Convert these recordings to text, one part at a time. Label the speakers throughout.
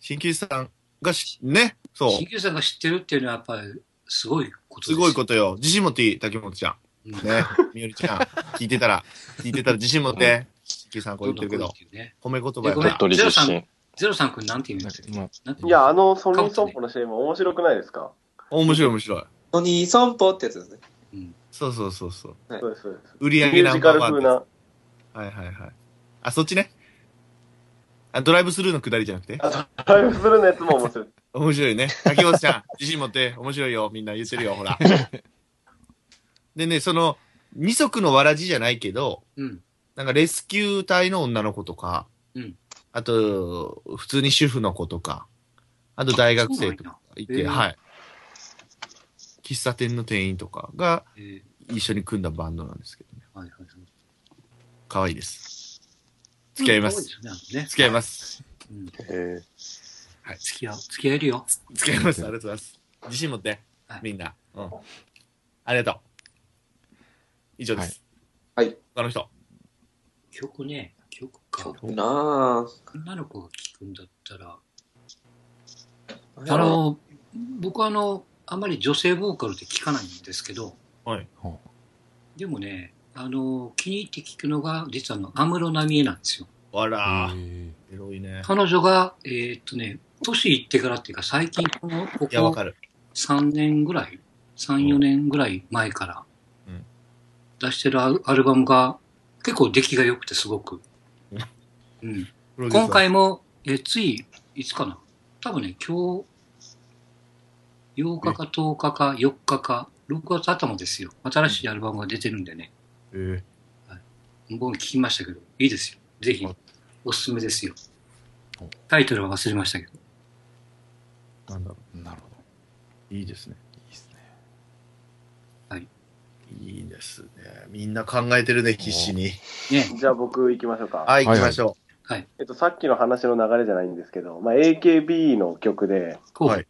Speaker 1: 鍼灸師さんがし、ね、そう。
Speaker 2: 鍼灸師さんが知ってるっていうのはやっぱりすごいこと
Speaker 1: すごい
Speaker 2: と。
Speaker 1: ことよ。自信持っていい、竹本ちゃん。
Speaker 2: うん
Speaker 1: ね、みよりちゃん。聞いてたら、聞いてたら自信持って。鍼灸師さんこう言ってるけ
Speaker 2: どんどん
Speaker 1: ど
Speaker 2: 来、いっていうね
Speaker 1: 褒め言葉や
Speaker 2: ご
Speaker 1: か
Speaker 2: め
Speaker 3: 鳥
Speaker 2: ん
Speaker 1: ら。
Speaker 3: 取り出身。
Speaker 2: ゼロさんくんなんて言うんだっけ
Speaker 4: まあ
Speaker 2: なんて
Speaker 5: いや、あの、ソニーソンポの CM 面白くないですか
Speaker 1: 面白い面白い。
Speaker 6: ソニー散歩ってやつですね。
Speaker 1: そうそうそうそう。
Speaker 5: そうです、そうです。
Speaker 1: 売り上
Speaker 5: ミ
Speaker 1: げ
Speaker 5: ュー
Speaker 1: ナ
Speaker 5: ジ
Speaker 1: ン
Speaker 5: カ
Speaker 1: バ
Speaker 5: ル
Speaker 1: ーワン
Speaker 5: 風
Speaker 1: です。
Speaker 5: な。
Speaker 1: はいはいはい。あ、そっちね。あ、ドライブスルーの下りじゃなくて。
Speaker 5: ライブするのやつも面白い。
Speaker 1: 面白いね。竹本 ちゃん、自信持って、面白いよ。みんな言ってるよ、ほら。でね、その、二足のわらじじゃないけど、
Speaker 2: うん。
Speaker 1: なんかレスキュー隊の女の子とか、
Speaker 2: うん
Speaker 1: あと、普通に主婦の子とか、あと大学生とかいて、
Speaker 2: そうなんやへえ
Speaker 1: はい。喫茶店の店員とかが
Speaker 2: えー
Speaker 1: 一緒に組んだバンドなんですけどね。
Speaker 2: はいはいはい。
Speaker 1: 可愛いです。付き合います。
Speaker 2: そうですよねあのね
Speaker 1: 付き合います。
Speaker 2: うん
Speaker 3: え
Speaker 2: 付き合う。付き合えるよ。
Speaker 1: 付き合います。ありがとうございます。自信持って
Speaker 2: はい、
Speaker 1: みんな。うん。ありがとう。以上です。
Speaker 6: はいはい。
Speaker 1: 他の人。
Speaker 2: 曲ね、曲か。
Speaker 6: な
Speaker 2: 女の子が聴くんだったら、
Speaker 6: あ。
Speaker 2: あの、僕はあの、あまり女性ボーカルって聴かないんですけど、
Speaker 1: はい。
Speaker 2: でもね、あの、気に入って聴くのが、実はあの、安室奈美恵なんですよ。
Speaker 1: あらー、
Speaker 4: え
Speaker 1: エロいね。
Speaker 2: 彼女が、えーっとね、年いってからっていうか、最近、この、ここ
Speaker 1: いや、わかる。
Speaker 2: 3年ぐらい、3、4年ぐらい前から
Speaker 1: うん、
Speaker 2: 出してるアルアルバムが、結構出来が良くてすごく。うん。今回も、え、つい、いつかな多分ね、今日、8日か10日か4日か、6月頭ですよ。新しいアルバムが出てるんでね。
Speaker 1: えー
Speaker 2: 僕も聞きましたけど、いいですよ。ぜひ
Speaker 1: はい、
Speaker 2: おすすめですよ
Speaker 4: お。
Speaker 2: タイトルは忘れましたけど。
Speaker 1: なんだろ
Speaker 4: えなるほど。
Speaker 1: う。いいですね。
Speaker 4: いいですね。
Speaker 1: いいですね。みんな考えてるね、必死に。
Speaker 2: ね。
Speaker 5: じゃあ僕行きましょうか。
Speaker 1: はい、行きましょ
Speaker 5: えっと、さっきの話の流れじゃないんですけど、まあ、AKB の曲で、
Speaker 2: こう、
Speaker 1: はい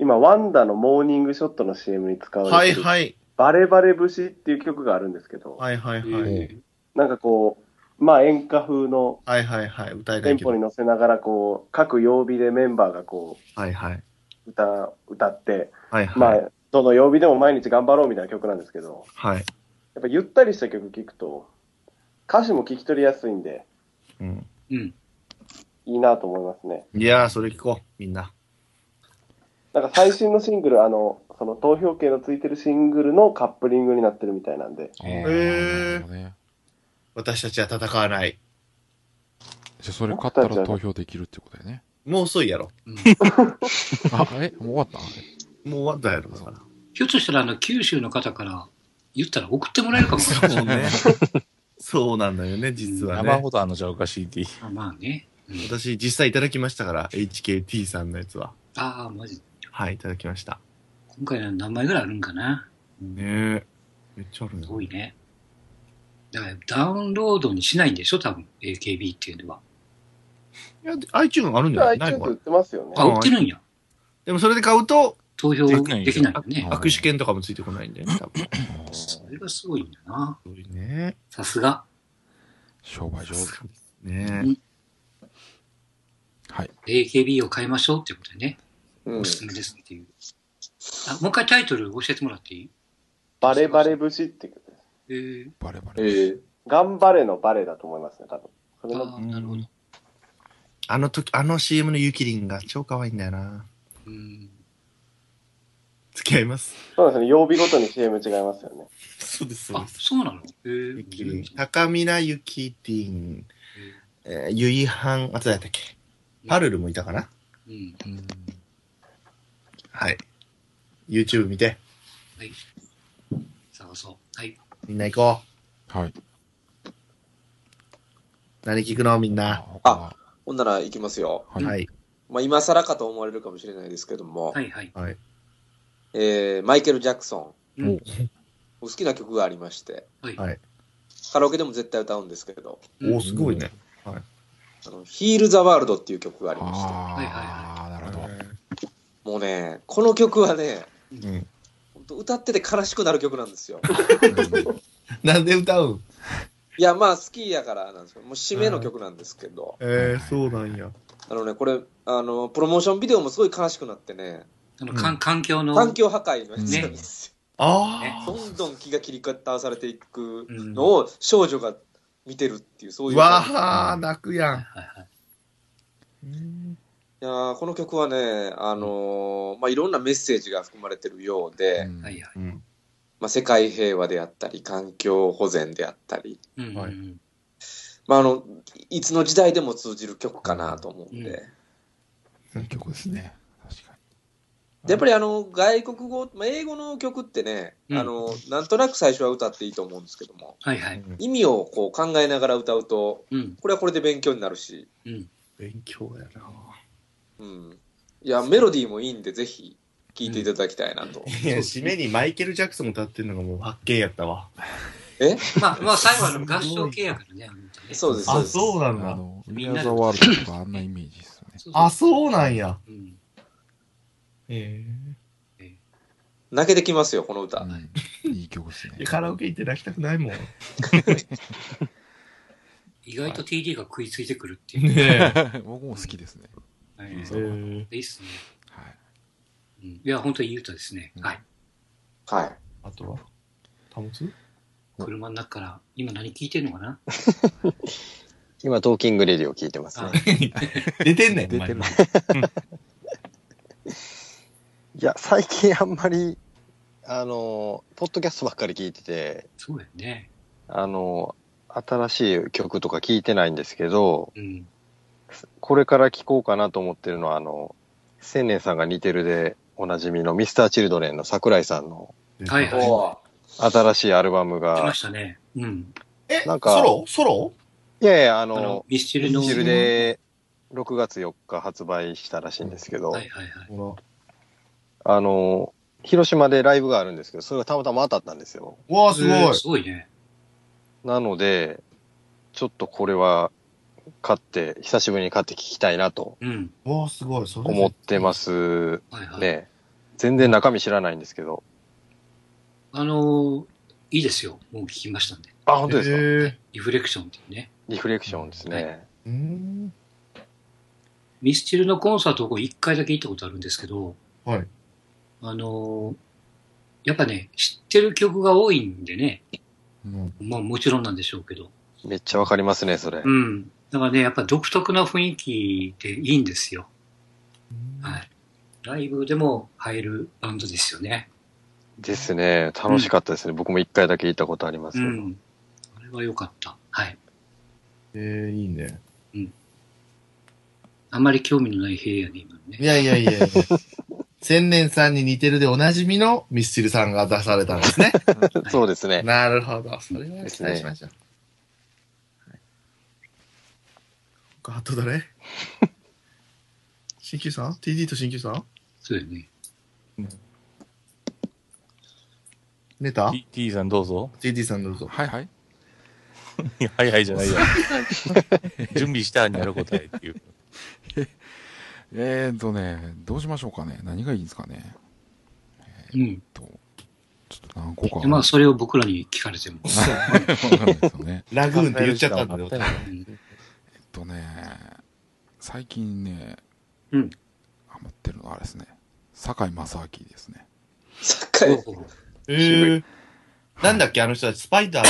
Speaker 5: 今、ワンダのモーニングショットの CM に使
Speaker 1: う。
Speaker 5: わ
Speaker 1: は
Speaker 5: れ
Speaker 1: い
Speaker 5: てる、
Speaker 1: はい。
Speaker 5: バレバレ節っていう曲があるんですけど、
Speaker 1: はいはい
Speaker 2: え
Speaker 1: はい。
Speaker 2: ー
Speaker 5: なんかこう、まあ演歌風の
Speaker 1: はいはいはい。歌えな
Speaker 5: テ
Speaker 1: い
Speaker 5: ン
Speaker 1: け
Speaker 5: ポ
Speaker 1: ど。
Speaker 5: に乗せながら、こう、各曜日でメンバーがこ
Speaker 1: はいはい。
Speaker 5: う、歌、歌って、
Speaker 1: はいはい。
Speaker 5: まあ、どの曜日でも毎日頑張ろうみたいな曲なんですけど、
Speaker 1: はい。
Speaker 5: やっぱゆったりした曲聴くと、歌詞も聞き取りやすいんで、
Speaker 1: うん。
Speaker 2: うん。
Speaker 5: いいなと思いますね。
Speaker 1: いやー、それ聞こう、みんな。
Speaker 5: なんか最新のシング ル、あの、その投票権のついてるシングルのカップリングになってるみたいなんで、
Speaker 4: え
Speaker 1: えー
Speaker 4: ね、
Speaker 1: 私たちは戦わない。
Speaker 4: じゃあそれ買ったら投票できるってことだよね。
Speaker 1: もう遅いやろ。
Speaker 2: うん
Speaker 4: あ、えもう終わったあれ
Speaker 1: もう終わったやろ、だから。
Speaker 2: ひょっとしたら、あの、九州の方から言ったら送ってもらえるかもしれない。
Speaker 1: そうね。 そうなんだよね、実は
Speaker 7: 生
Speaker 1: ね。
Speaker 7: ほどあの、じゃあおかしいって。
Speaker 2: あまあね。うん
Speaker 1: 私、実際いただきましたから、HKT さんのやつは。
Speaker 2: ああ、マジ。
Speaker 1: はい、いただきました。
Speaker 2: 今回は何枚ぐらいあるんかな
Speaker 1: ねえ。めっちゃあるね
Speaker 2: す。ごいね。だから、ダウンロードにしないんでしょ多分、AKB っていうのは。
Speaker 1: いや、iTune あるんじゃないない
Speaker 5: iTunes
Speaker 1: こ
Speaker 5: 売っ
Speaker 1: れ。
Speaker 5: てますよね。
Speaker 2: あ、売ってるんや。
Speaker 1: でもそれで買うと、
Speaker 2: 投票で
Speaker 7: で
Speaker 2: き
Speaker 7: き
Speaker 2: な
Speaker 7: ないい
Speaker 2: よ
Speaker 7: よ
Speaker 2: ね。
Speaker 1: 握手券とかもついてこないんだよね、多分。す
Speaker 2: それがすごいんだな。
Speaker 1: ごいね。
Speaker 2: さすが。
Speaker 4: 商売上手。
Speaker 1: ね
Speaker 4: はい。
Speaker 2: AKB を買いましょうっていうことでね。
Speaker 6: うん
Speaker 2: おすすめですっていう。あ、もう一回タイトル教えてもらっていい
Speaker 5: バレバレ節っていう曲です。
Speaker 2: えー、
Speaker 4: バレバレ。
Speaker 6: ええ。
Speaker 5: 頑張れのバレだと思いますね、多分。それ
Speaker 2: あ
Speaker 5: の
Speaker 2: あ、なるほど。
Speaker 1: あの時、あの CM のゆきりんが超可愛いんだよな。
Speaker 2: うん。
Speaker 1: 付き合います。
Speaker 5: そうですね、曜日ごとに CM 違いますよね。
Speaker 1: そうです、
Speaker 2: あ、。そうなのえー、
Speaker 1: ゆきりん。高minaゆきりん。えー、ゆいはん、あと誰だっけパルルもいたかな
Speaker 2: うん。
Speaker 4: うん
Speaker 1: はい。YouTube 見て。
Speaker 2: 探そう。はい。
Speaker 1: みんな行こ
Speaker 4: はい。
Speaker 1: う。何聞くのみん
Speaker 4: あ
Speaker 1: な。
Speaker 4: 他は
Speaker 6: あほんなら行きますよ。
Speaker 4: うん
Speaker 1: はい。
Speaker 6: まあ、今更かと思われるかもしれないですけども、
Speaker 2: はいはい。
Speaker 1: はい。
Speaker 6: えーマイケル・ジャクソン、
Speaker 2: うん
Speaker 6: お好きな曲がありまして、
Speaker 2: はい。
Speaker 1: はい
Speaker 6: カラオケでも絶対歌うんですけど、
Speaker 2: うん
Speaker 1: おーすごいね。
Speaker 6: あのヒール・ザ・ワールドっていう曲がありまして、
Speaker 2: はいはい
Speaker 4: ああ、なるほど。
Speaker 6: もうね、この曲はね、
Speaker 1: うん
Speaker 6: 本当歌ってて悲しくなる曲なんですよ。
Speaker 1: なんで歌うん
Speaker 6: いや、まあ、好きやからなんですけど、もう締めの曲なんですけど、
Speaker 1: えー、そうなんや。
Speaker 6: あのね、これ、あの、プロモーションビデオもすごい悲しくなってね、
Speaker 2: あの、
Speaker 1: うん
Speaker 2: かん環境の、
Speaker 6: 環境破壊のやつなんです
Speaker 1: あ
Speaker 6: よ。どんどん気が切り替わされていく
Speaker 2: うん
Speaker 6: のを少女が見てるっていう、そう
Speaker 1: あ。
Speaker 6: いう。
Speaker 1: わあ、泣くやん。
Speaker 2: はいはい
Speaker 6: いやーこの曲はね、あのーまあ、いろんなメッセージが含まれてるようで、
Speaker 4: うん
Speaker 2: はいはいはい
Speaker 1: うん。
Speaker 6: まあ、世界平和であったり、環境保全であったり、
Speaker 2: うんうん
Speaker 1: はい
Speaker 2: うん
Speaker 6: まあ、あの、いつの時代でも通じる曲かなと思うんで。
Speaker 2: うん
Speaker 1: いい曲ですね。
Speaker 4: 確か
Speaker 6: でやっぱりあの、外国語、まあ、英語の曲ってね、
Speaker 2: うん
Speaker 6: あの、なんとなく最初は歌っていいと思うんですけども、
Speaker 2: はいはい。
Speaker 6: 意味をこう考えながら歌うと、
Speaker 2: うん
Speaker 6: これはこれで勉強になるし、
Speaker 2: うん。
Speaker 1: 勉強やな。
Speaker 6: うん。いや、メロディーもいいんで、ぜひ聴いていただきたいなと。
Speaker 1: いや、締めにマイケル・ジャクソン歌ってるのがもう発見やったわ。
Speaker 6: え
Speaker 2: まあ、まあ、最後はあの合唱系やからね。
Speaker 6: そうです、そう
Speaker 1: あ、
Speaker 6: です。
Speaker 1: そうな
Speaker 4: に。
Speaker 1: ん
Speaker 4: あ
Speaker 1: だ。
Speaker 4: の、ウ
Speaker 2: み
Speaker 4: ィ
Speaker 2: んな
Speaker 4: アー
Speaker 2: で
Speaker 4: ザワールドとかあんなイメージですよね。
Speaker 1: あ、そうなんや。
Speaker 2: う。うん。
Speaker 1: え
Speaker 6: 泣けてきますよ、この歌。
Speaker 4: うんいい曲ですね
Speaker 1: え。。カラオケ行って泣きたくないもん。ね
Speaker 2: 意外と TD が食いついてくるっていう。
Speaker 1: え。
Speaker 4: 僕も好きですね。
Speaker 2: はい
Speaker 4: うん
Speaker 2: いいっすね。
Speaker 4: はい。
Speaker 2: うんいや、本当にいい歌ですね。
Speaker 4: うん
Speaker 2: はい。
Speaker 6: はい。
Speaker 1: あとはタモス
Speaker 2: 車の中から、今何聞いてんのかな
Speaker 3: 今、トーキングレディを聞いてますね。
Speaker 1: 出てんねん、
Speaker 4: 出てる
Speaker 1: お前
Speaker 3: いや、最近あんまり、あの、ポッドキャストばっかり聞いてて、
Speaker 2: そうやね。
Speaker 3: あの、新しい曲とか聞いてないんですけど、
Speaker 2: うん。
Speaker 3: これから聴こうかなと思ってるのは、あの、千年さんが似てるでおなじみのミスターチルドレンの桜井さんの
Speaker 2: はいはい
Speaker 6: おー
Speaker 3: 新しいアルバム
Speaker 2: 来
Speaker 3: が
Speaker 2: ま、したね。うん。
Speaker 1: え、
Speaker 3: なんか
Speaker 1: ソロソロ
Speaker 3: いやいや、あ
Speaker 2: あの
Speaker 3: の、、
Speaker 2: ミスチルの。
Speaker 3: ミシルで6月4日発売したらしいんですけど
Speaker 2: は、いはいはい。
Speaker 1: ほ
Speaker 3: あの、広島でライブがあるんですけど、それがたまたま当たったんですよ。
Speaker 1: ら。わあ、すご
Speaker 2: えー
Speaker 1: い。
Speaker 2: すごいね。
Speaker 3: なので、ちょっとこれは、買って、久しぶりに買って聞きたいなと
Speaker 2: うん。
Speaker 1: わあ、すごい。それ
Speaker 3: 思ってます
Speaker 2: はいはい。
Speaker 3: ね。全然中身知らないんですけど。
Speaker 2: あのーいいですよ。もう聞きましたんで。
Speaker 3: あ、本当ですか、
Speaker 1: へえ
Speaker 2: リフレクションっていうね。
Speaker 3: リフレクションですね。
Speaker 1: うーん。
Speaker 2: ミスチルのコンサートを1回だけ行ったことあるんですけど、
Speaker 1: はい。
Speaker 2: あのーやっぱね、知ってる曲が多いんでね、
Speaker 4: うん
Speaker 2: まあもちろんなんでしょうけど。
Speaker 3: めっちゃわかりますね、それ。
Speaker 2: うん。だからね、やっぱ独特な雰囲気でいいんですよ。はい。ライブでも入るバンドですよね。
Speaker 3: ですね。楽しかったですね。僕も一回だけ行ったことあります
Speaker 2: う
Speaker 3: けど。
Speaker 2: ん。あれは良かった。はい。
Speaker 1: ええ、いいね。
Speaker 2: あんまり興味のない平野ね、今のね
Speaker 1: い。やいやいやいや。千年さんに似てるでおなじみのミスチルさんが出されたんですね。
Speaker 2: い
Speaker 3: そうですね。
Speaker 1: なるほど。それは期待しました。はい他あと誰 新旧さん ?TD と新旧さん
Speaker 2: そうよね。
Speaker 1: 寝た
Speaker 7: T, T さんどうぞ。
Speaker 1: ?TD さんどうぞ。
Speaker 4: はいはい。
Speaker 7: いやはいはいじゃないよ。準備したにやる答えっていう。
Speaker 4: えーとね、どうしましょうかね。何がいいんですかね。
Speaker 2: うん。
Speaker 4: と、ちょっと何個か。
Speaker 2: でまあ、それを僕らに聞かれても。
Speaker 4: わかんないですよね。
Speaker 1: ラグーンって言っちゃったんだよ。
Speaker 2: うん
Speaker 4: えっとね、最近ね、
Speaker 2: うん
Speaker 4: ハマってるのはあれですね。堺正明ですね。
Speaker 6: 坂井
Speaker 1: ええなんだっけあの人たち、スパイダー。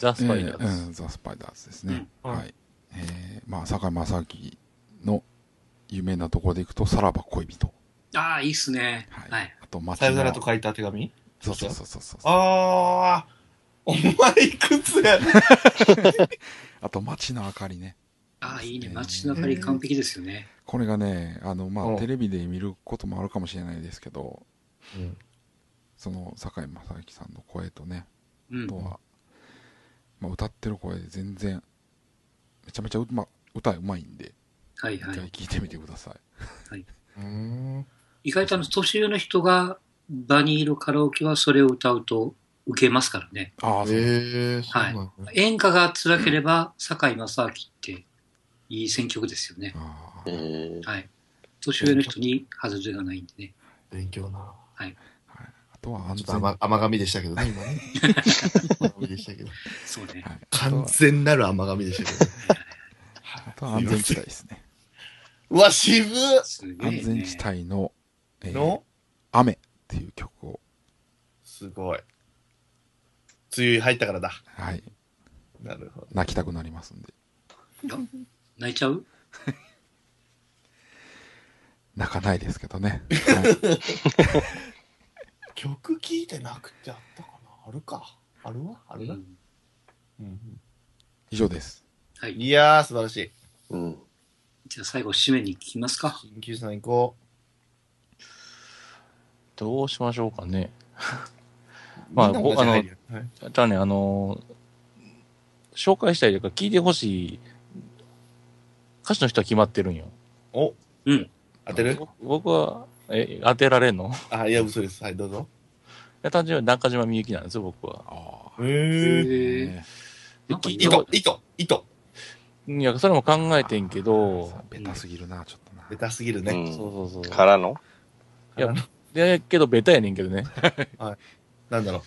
Speaker 7: ザ・スパイダー
Speaker 4: え
Speaker 7: で
Speaker 4: ー
Speaker 7: す。
Speaker 4: うん、ザ・スパイダーズですね。
Speaker 1: うん
Speaker 4: はい。えー、まあ、堺正明の有名なところでいくと、さらば恋人。
Speaker 2: ああ、いいっすね。
Speaker 4: はい。
Speaker 2: はい。
Speaker 4: あと、町
Speaker 1: さ
Speaker 4: の
Speaker 1: よならと書いた手紙
Speaker 4: そうそうそうそうそう。
Speaker 1: あ
Speaker 4: あ
Speaker 1: ー。お前いくつやねん
Speaker 4: と、町の明かりね。
Speaker 2: ああ、いいね。街の明かり完璧ですよね。
Speaker 4: これがね、あの、ま
Speaker 1: うん
Speaker 4: あ、テレビで見ることもあるかもしれないですけど、
Speaker 1: うん
Speaker 4: その、堺正明さんの声とね、
Speaker 2: うん
Speaker 4: あと。は、まあ、歌ってる声で全然、めちゃめちゃうま、歌うまいんで、
Speaker 2: はい
Speaker 4: 一
Speaker 2: は
Speaker 4: 回
Speaker 2: い。
Speaker 4: 聞いてみてください。
Speaker 1: うん。
Speaker 2: 意外とあの、年上の人が場にいるカラオケはそれを歌うと受けますからね。
Speaker 4: ああ、そう、
Speaker 1: ええそうなんだ、
Speaker 2: 演歌が辛ければ、堺正明っていい選曲ですよね。
Speaker 4: あ
Speaker 3: え
Speaker 4: ー
Speaker 3: ー
Speaker 2: はい。年上の人に外れがないんでね。
Speaker 1: 勉強な。
Speaker 4: はい、あとは安
Speaker 1: ちょっと
Speaker 4: 全
Speaker 1: 甘甘噛みでしたけどね、今ね。甘噛みでしたけど。
Speaker 2: そうね。
Speaker 4: はい、あと
Speaker 1: 完
Speaker 4: は
Speaker 1: 全なる甘噛みでしたけどね。
Speaker 4: あとは安全地帯ですね。
Speaker 1: うわ、渋っ
Speaker 2: すげえ、ね。
Speaker 4: 安全地帯の、えー
Speaker 1: の
Speaker 4: 雨っていう曲を、
Speaker 1: すごい。梅雨入ったからだ。
Speaker 4: はい、
Speaker 1: なるほど。
Speaker 4: 泣きたくなりますんで。
Speaker 2: 泣いちゃう
Speaker 4: 泣かないですけどね。はい
Speaker 1: 曲聴いてなくてあったかなあるか。あるわあ
Speaker 2: う
Speaker 1: るな、
Speaker 2: ん
Speaker 1: うん、
Speaker 4: 以上です。
Speaker 2: はい。
Speaker 1: いやー、素晴らしい。
Speaker 3: うん。
Speaker 2: じゃあ最後、締めに聞きますか。
Speaker 1: 緊急さん行こ
Speaker 7: どうしましょうかね。
Speaker 1: う。
Speaker 7: まあ
Speaker 1: みんな同じ
Speaker 7: あの
Speaker 1: 入るよはい
Speaker 7: ただね、あのー紹介したいというか、聞いてほしい歌手の人は決まってるんよ。
Speaker 1: お
Speaker 2: うん。
Speaker 1: 当てる
Speaker 7: 僕僕は、え、当てられんの い
Speaker 1: あ、いや、嘘です。はい、どうぞ。
Speaker 7: や、単純に中島みゆきなんですよ、僕は。
Speaker 4: あ
Speaker 1: へ
Speaker 2: へ
Speaker 1: ー。
Speaker 2: え。
Speaker 7: で
Speaker 2: なんか
Speaker 7: 聞いて
Speaker 1: 糸
Speaker 7: ほ、
Speaker 1: 糸、糸。
Speaker 7: いや、それも考えてんけど、
Speaker 4: あベタすぎるな、ちょっとな。
Speaker 1: ベタすぎる
Speaker 3: う。
Speaker 1: ね。
Speaker 7: そうんそうそう。
Speaker 3: からの
Speaker 7: いや、で、けど、ベタやねんけどね。
Speaker 1: なんだろう。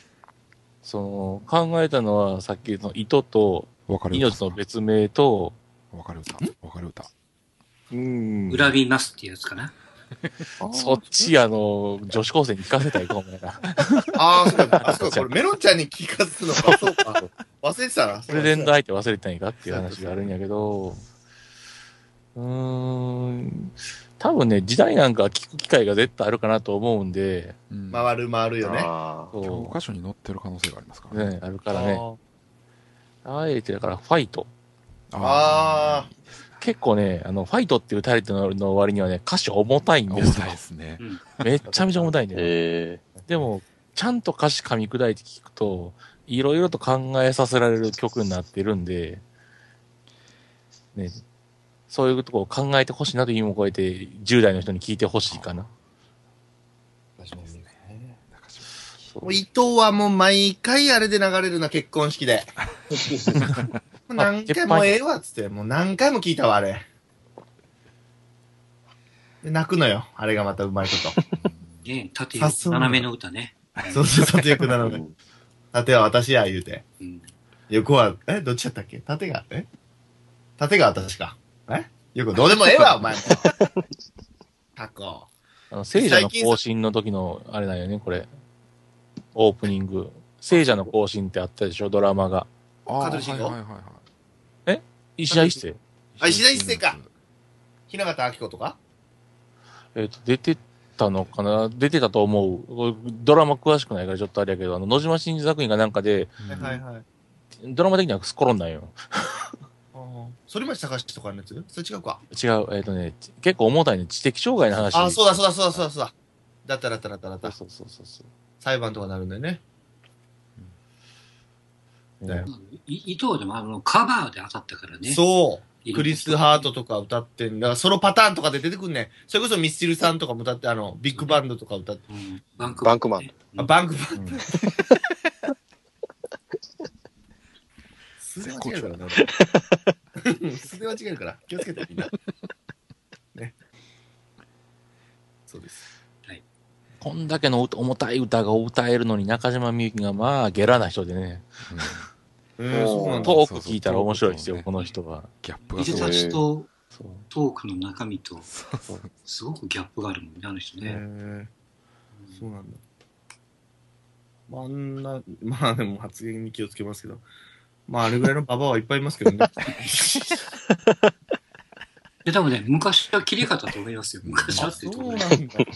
Speaker 7: その、考えたのは、さっきの糸と、
Speaker 4: 別れ
Speaker 7: 命
Speaker 4: 歌。
Speaker 7: の別名と、
Speaker 4: 別れ歌。別れ歌。
Speaker 7: うん
Speaker 2: 裏切りますっていうやつかな。
Speaker 7: そっち、あの、女子高生に聞かせたいかもな。
Speaker 1: ああ、そうか。あ、そうか。これ、メロンちゃんに聞かすのか。そうか。 忘れてたな。
Speaker 7: プレゼント相手忘れたんやかっていう話があるんやけど、うーん、多分ね、時代なんか聞く機会が絶対あるかなと思うんで、
Speaker 4: うん。
Speaker 1: 回る回るよね。
Speaker 3: ああ。
Speaker 4: 教
Speaker 7: そ
Speaker 4: 科書に載ってる可能性がありますか
Speaker 7: う、
Speaker 4: らね。
Speaker 7: ね、ある
Speaker 1: あ
Speaker 7: からね。あえて、だから、ファイト。
Speaker 1: あー。
Speaker 7: 結構ね、あの、ファイトっていうタイトルの割にはね、歌詞重たいんで
Speaker 4: 重
Speaker 7: す
Speaker 4: た
Speaker 7: よ
Speaker 4: いで。すね。
Speaker 7: めっちゃめちゃ重たいんだよ。
Speaker 3: え
Speaker 7: でも、ちゃんと歌詞噛み砕いて聞くと、いろいろと考えさせられる曲になってるんで、ね、そういうとこを考えてほしいなという意味を超えて、10代の人に聞いてほしいかな。
Speaker 1: 確かにね
Speaker 4: 中島
Speaker 1: もう伊藤はもう毎回あれで流れるな、結婚式 で。もう何回もええわっつって、もう何回も聞いたわ、あれ。で泣くのよ、あれがまたうまいこと。
Speaker 2: ね縦
Speaker 1: さす
Speaker 2: 横
Speaker 1: が
Speaker 2: 斜めの歌ね。
Speaker 1: そうそう、縦横なの
Speaker 3: う
Speaker 1: で。
Speaker 3: ん
Speaker 1: 縦は私や、言うて。
Speaker 2: うん。
Speaker 1: 横は、え、どっちやったっけ縦が、え縦が私か。え横、どうでもええ わ、お前も。タコ。
Speaker 7: あの、聖者の更新の時の、あれなんよね、これ。オープニング。聖者の更新ってあったでしょ、ドラマが。
Speaker 4: あ
Speaker 1: カトリシン
Speaker 4: ー
Speaker 1: ゴ
Speaker 4: はいはいはいはい。
Speaker 7: 石田一世。
Speaker 1: あ石田一世かひな形明子とか
Speaker 7: えっ、と、出てたのかな出てたと思う。ドラマ詳しくないからちょっとあれやけど、あの、野島真司作品がなんかで、
Speaker 4: うん。
Speaker 1: はい。
Speaker 7: ドラマ的にはスコロンなんよ。
Speaker 1: 反町隆史とかのやつそれ違うか。
Speaker 7: 違う、えっ、とね、ち結構重たいね、知的障害の話。
Speaker 1: あ、そうだそうだそうだそうだそうだ。だったらだったらだったらだ。
Speaker 7: そうそうそうそう
Speaker 1: 裁判とかなるんだよね。だよ
Speaker 2: い伊藤でもあのカバーで当たったからね。
Speaker 1: そう。
Speaker 2: いい
Speaker 1: クリス・ハートとか歌ってんだ。からソロパターンとかで出てくんねん。それこそミスチルさんとかも歌って、あの、ビッグバンドとか歌って。
Speaker 2: うん。バンク
Speaker 3: バンクマン
Speaker 2: ね。
Speaker 1: あ、バンクバンド。素で間違えるからな。俺素で間違えるから。気をつけてみんな。ね。そうです。
Speaker 7: こんだけの歌重たい歌が歌えるのに中島みゆきがまあゲラな人でね、
Speaker 4: うん
Speaker 1: うん、そうなんだ
Speaker 7: ト。ーク聞いたら面白いですよ、
Speaker 4: そう
Speaker 7: この人は。
Speaker 4: ギャップ
Speaker 2: いで
Speaker 4: が
Speaker 2: すた
Speaker 4: ごい。
Speaker 2: ちと
Speaker 7: そう
Speaker 2: トークの中身と、
Speaker 4: そうそう
Speaker 2: すごくギャップがあるもんね、あの人
Speaker 1: へ
Speaker 2: ね。
Speaker 1: ー
Speaker 2: う
Speaker 1: そうんなんだ。まあ、あんな、 まあでも発言に気をつけますけど、まああれぐらいのババアはいっぱいいますけ どね。
Speaker 2: で、多分ね、昔は綺麗かったと思いますよ。昔はっていうところで。
Speaker 1: んだ。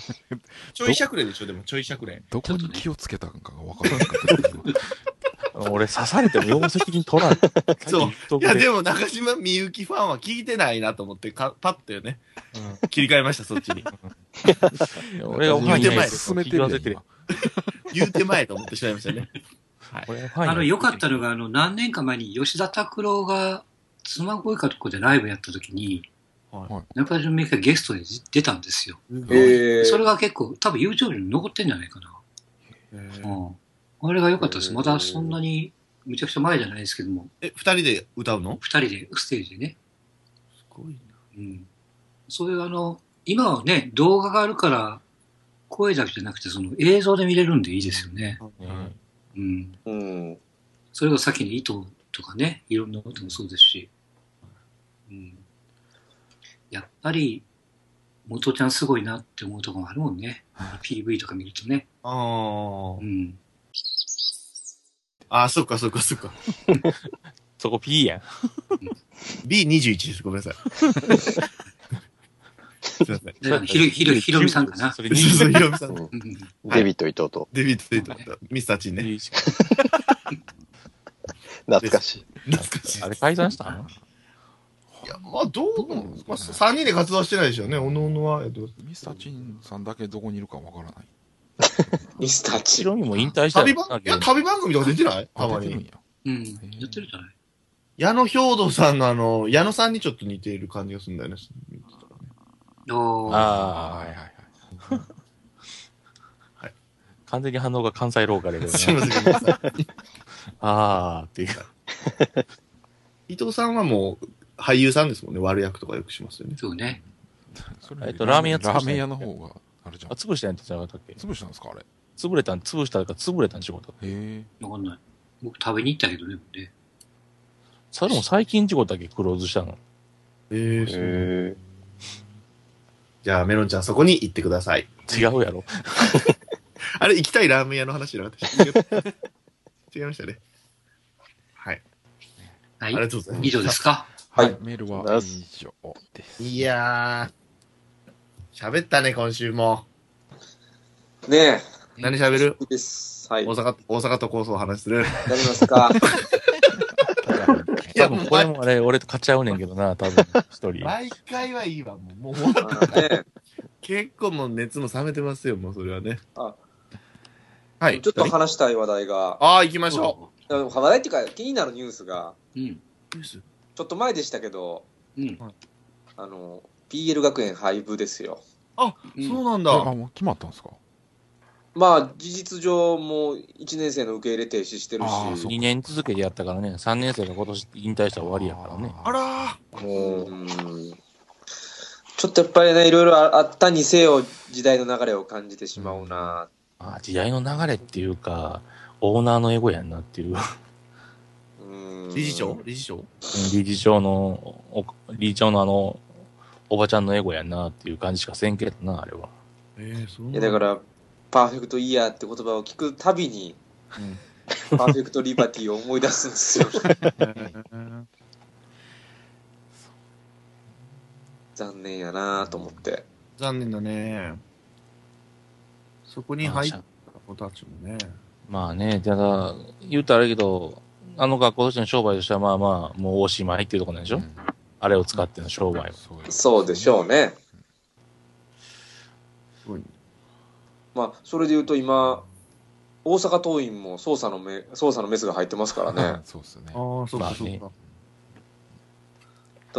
Speaker 1: ちょいしゃくれでしょ、でもちょいしゃくれ。
Speaker 4: どこに気をつけたのかが分からなかったですけど。
Speaker 7: 俺刺されても容積に取らん。
Speaker 1: そう
Speaker 7: そう
Speaker 1: いや、でも中島みゆきファンは聞いてないなと思って、かパッとよね、切り替えました、そっちに。
Speaker 7: 俺がファン
Speaker 1: 言う
Speaker 7: に
Speaker 1: て前
Speaker 7: 聞
Speaker 4: 進めてる
Speaker 7: き
Speaker 4: や
Speaker 7: 忘
Speaker 4: ん
Speaker 7: れてる。
Speaker 1: 言うて前と思ってしまいましたね。
Speaker 7: 俺がファン
Speaker 2: あの、良かった
Speaker 7: の。
Speaker 2: のが、あの、何年か前に吉田拓郎が、妻恋かとこでライブやった時に、
Speaker 1: はい
Speaker 2: 中島みゆきがゲストで出たんですよ。
Speaker 6: えー、
Speaker 2: それが結構、多分 YouTube に残ってんじゃないかな。うん。あれが良かったです。まだそんなに、むちゃくちゃ前じゃないですけども、
Speaker 1: え、二人で歌うの
Speaker 2: 二人で、ステージでね。
Speaker 1: すごいな。
Speaker 2: うん。そういうあの、今はね、動画があるから、声だけじゃなくて、その映像で見れるんでいいですよね。
Speaker 7: うん
Speaker 2: うん。
Speaker 6: うん。
Speaker 2: それがさっきの糸とかね、いろんなこともそうですし、うん、やっぱり元ちゃんすごいなって思うところもあるもんね。PV とか見るとね。
Speaker 1: あ
Speaker 2: うん。
Speaker 1: あ。あ、そっかそっかそっか。
Speaker 7: そこ P やん。
Speaker 1: B21 です。ごめんなさ い。すい ません。
Speaker 2: だからひろひろひろみさんかな。
Speaker 7: それ
Speaker 1: そうそう、
Speaker 7: 20
Speaker 1: ヒロミさん。
Speaker 2: うん
Speaker 1: はい
Speaker 3: デビット伊藤と。
Speaker 1: デビット・デイトだった。ミスターチンね。
Speaker 3: 懐かしい。
Speaker 1: 懐かしい
Speaker 7: あ。れ解散したの
Speaker 1: いや、まあ、どうなのまあ、3人で活動してないでしょうね。おのおのは。えっと
Speaker 4: ミスターチンさんだけどこにいるかわからない。
Speaker 6: ミスターチ
Speaker 7: ヒ。ロミも引退した
Speaker 1: 旅番
Speaker 7: な、
Speaker 1: いや、旅番組とか 出てないたま
Speaker 4: あ出てるん
Speaker 1: に。
Speaker 4: や。
Speaker 2: うん。やってるじゃない。
Speaker 1: 矢野兵道さんのあの、矢野さんにちょっと似ている感じがするんだよ ね。
Speaker 2: ああ。
Speaker 4: あ
Speaker 7: あ
Speaker 4: はいは
Speaker 7: あ、
Speaker 4: いはい。
Speaker 7: 完全に反応が関西ローカルだ
Speaker 1: すい
Speaker 7: よ
Speaker 1: ま
Speaker 7: ね。
Speaker 1: せん、ごめんなさい。
Speaker 7: ああ、っていう。
Speaker 1: 伊藤さんはもう、俳優さんですもんね。悪役とかよくしますよね。
Speaker 2: そうね。
Speaker 4: それより
Speaker 7: えっとラーメン屋
Speaker 4: ラーメン屋の方があれじゃん
Speaker 7: あ、。潰したんやったじゃなかったっけ
Speaker 4: 潰したんですかあれ。へ
Speaker 7: 潰れたん、潰したか潰れたん仕事。
Speaker 4: え。
Speaker 2: わかんない。僕食べに行ったけどね。ね
Speaker 7: それも最近仕事だけクローズしたの。
Speaker 1: ええ
Speaker 3: へ
Speaker 1: じゃあ、メロンちゃんそこに行ってください。
Speaker 7: 違うやろ。
Speaker 1: あれ、行きたいラーメン屋の話じゃなかった っけ違いましたね。はい。
Speaker 2: は
Speaker 1: あ
Speaker 2: い
Speaker 1: り。がとうございます。
Speaker 2: 以上ですか。
Speaker 6: はい
Speaker 4: メールは以上です。
Speaker 1: いやー、喋ったね、今週も。
Speaker 6: ね
Speaker 1: 何喋る
Speaker 6: え、いいです。はい。
Speaker 1: 大
Speaker 6: や
Speaker 1: 阪、大阪と構想を話する。
Speaker 6: りますか。
Speaker 1: いや
Speaker 7: 多分これもあれ、俺と買っちゃうねんけどな、多分、一 人。
Speaker 1: 毎回はいいわ、もう。もう終わっ
Speaker 6: あのね
Speaker 1: 結構もう熱も冷めてますよ、もうそれはね。
Speaker 6: あ
Speaker 1: はい。
Speaker 6: ちょっと話したい話題が、
Speaker 1: ああ、行きましょ
Speaker 6: いやでも話題っていうか気になるニュースが、
Speaker 2: うん。
Speaker 1: う。
Speaker 6: ちょっと前でしたけど、
Speaker 2: うん。
Speaker 6: あの、PL 学園廃部ですよ。
Speaker 2: うん
Speaker 1: そうなん
Speaker 4: あ、
Speaker 1: だ。
Speaker 4: もう決まったんですか
Speaker 6: まあ、事実上もう1年生の受け入れ停止してるし、
Speaker 4: あーそう
Speaker 7: 2年続けてやったからね、3年生が今年引退したら終わりやからね。
Speaker 1: あらー。
Speaker 6: もう、うんちょっとやっぱりね、いろいろああったにせよ、時代の流れを感じてしまうな。
Speaker 7: あー時代の流れっていうか、オーナーのエゴやんなっていう。
Speaker 6: うん
Speaker 1: 理事長理事長
Speaker 7: 理事長の、お理事長のあの、おばちゃんのエゴやんなっていう感じしかせんけどな、あれは。
Speaker 1: ええ、そうなん
Speaker 6: いやだから、パーフェクトイヤーって言葉を聞くたびに、パーフェクトリバティを思い出すんで すよ。残念やなと思って。
Speaker 1: 残念だね。そこに入った子たちもね。
Speaker 7: まあね、ただ、言うたらあれやけど、あの学校としての商売としてはまあまあ、もうおしまいっていうところなんでしょ、あれを使っての商売は。
Speaker 6: そうでしょうね。
Speaker 1: すごいね
Speaker 6: まあ、それで言うと今、大阪桐蔭も捜査のメ捜査のメスが入ってますから ね。
Speaker 4: そうですね。
Speaker 1: ああ、そう
Speaker 7: まあ
Speaker 1: か
Speaker 7: ね
Speaker 1: そうか。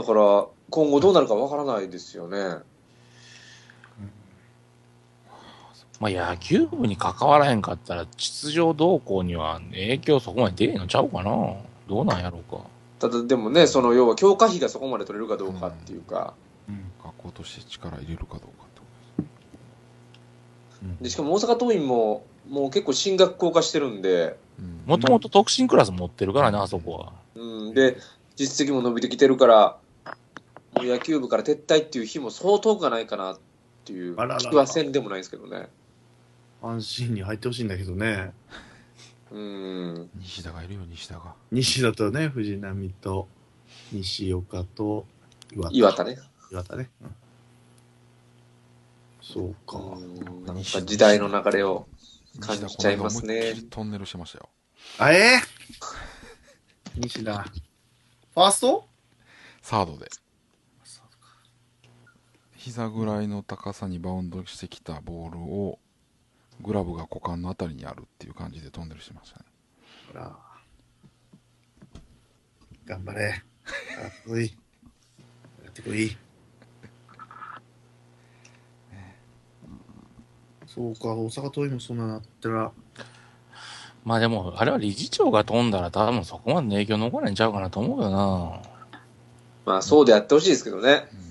Speaker 6: だから、今後どうなるかわからないですよね。
Speaker 7: まあ野球部に関わらへんかったら、秩序動向には影響そこまで出えへんのちゃうかな。どうなんやろうか。
Speaker 6: ただ、でもね、その、要は教科費がそこまで取れるかどうかっていうか、
Speaker 4: 学校として力入れるかどうかってこ
Speaker 6: でしかも大阪桐蔭も、もう結構進学校化してるんで、
Speaker 4: とうん
Speaker 7: もともと特進クラス持ってるからね、あそこは。
Speaker 6: うん、で、実績も伸びてきてるから、もう野球部から撤退っていう日も相当がないかなっていう
Speaker 1: あららら
Speaker 6: 気はせんでもないですけどね。
Speaker 1: 安心に入ってほしいんだけどね。
Speaker 6: うん、
Speaker 4: 西田がいるよ、西田が。
Speaker 1: 西田とね、藤波と、西岡と岩田、
Speaker 6: 岩田ね。
Speaker 1: 岩田ね。うんそうか。
Speaker 6: うんなんか時代の流れを。感じちゃいますね
Speaker 4: 西田この間思いっきりトンネルしてましたよ。
Speaker 1: あえー、西田。ファースト
Speaker 4: サードで。膝ぐらいの高さにバウンドしてきたボールを、グラブが股間のあたりにあるっていう感じでトンネルしてましたね。
Speaker 1: ほら頑張れ。かっこいい。やってこい。そうか、大阪桐蔭もそんななったら、
Speaker 7: まあでも、あれは理事長が飛んだら多分そこまで影響残らんちゃうかなと思うよな。
Speaker 6: まあそうでやってほしいですけどね。
Speaker 1: うん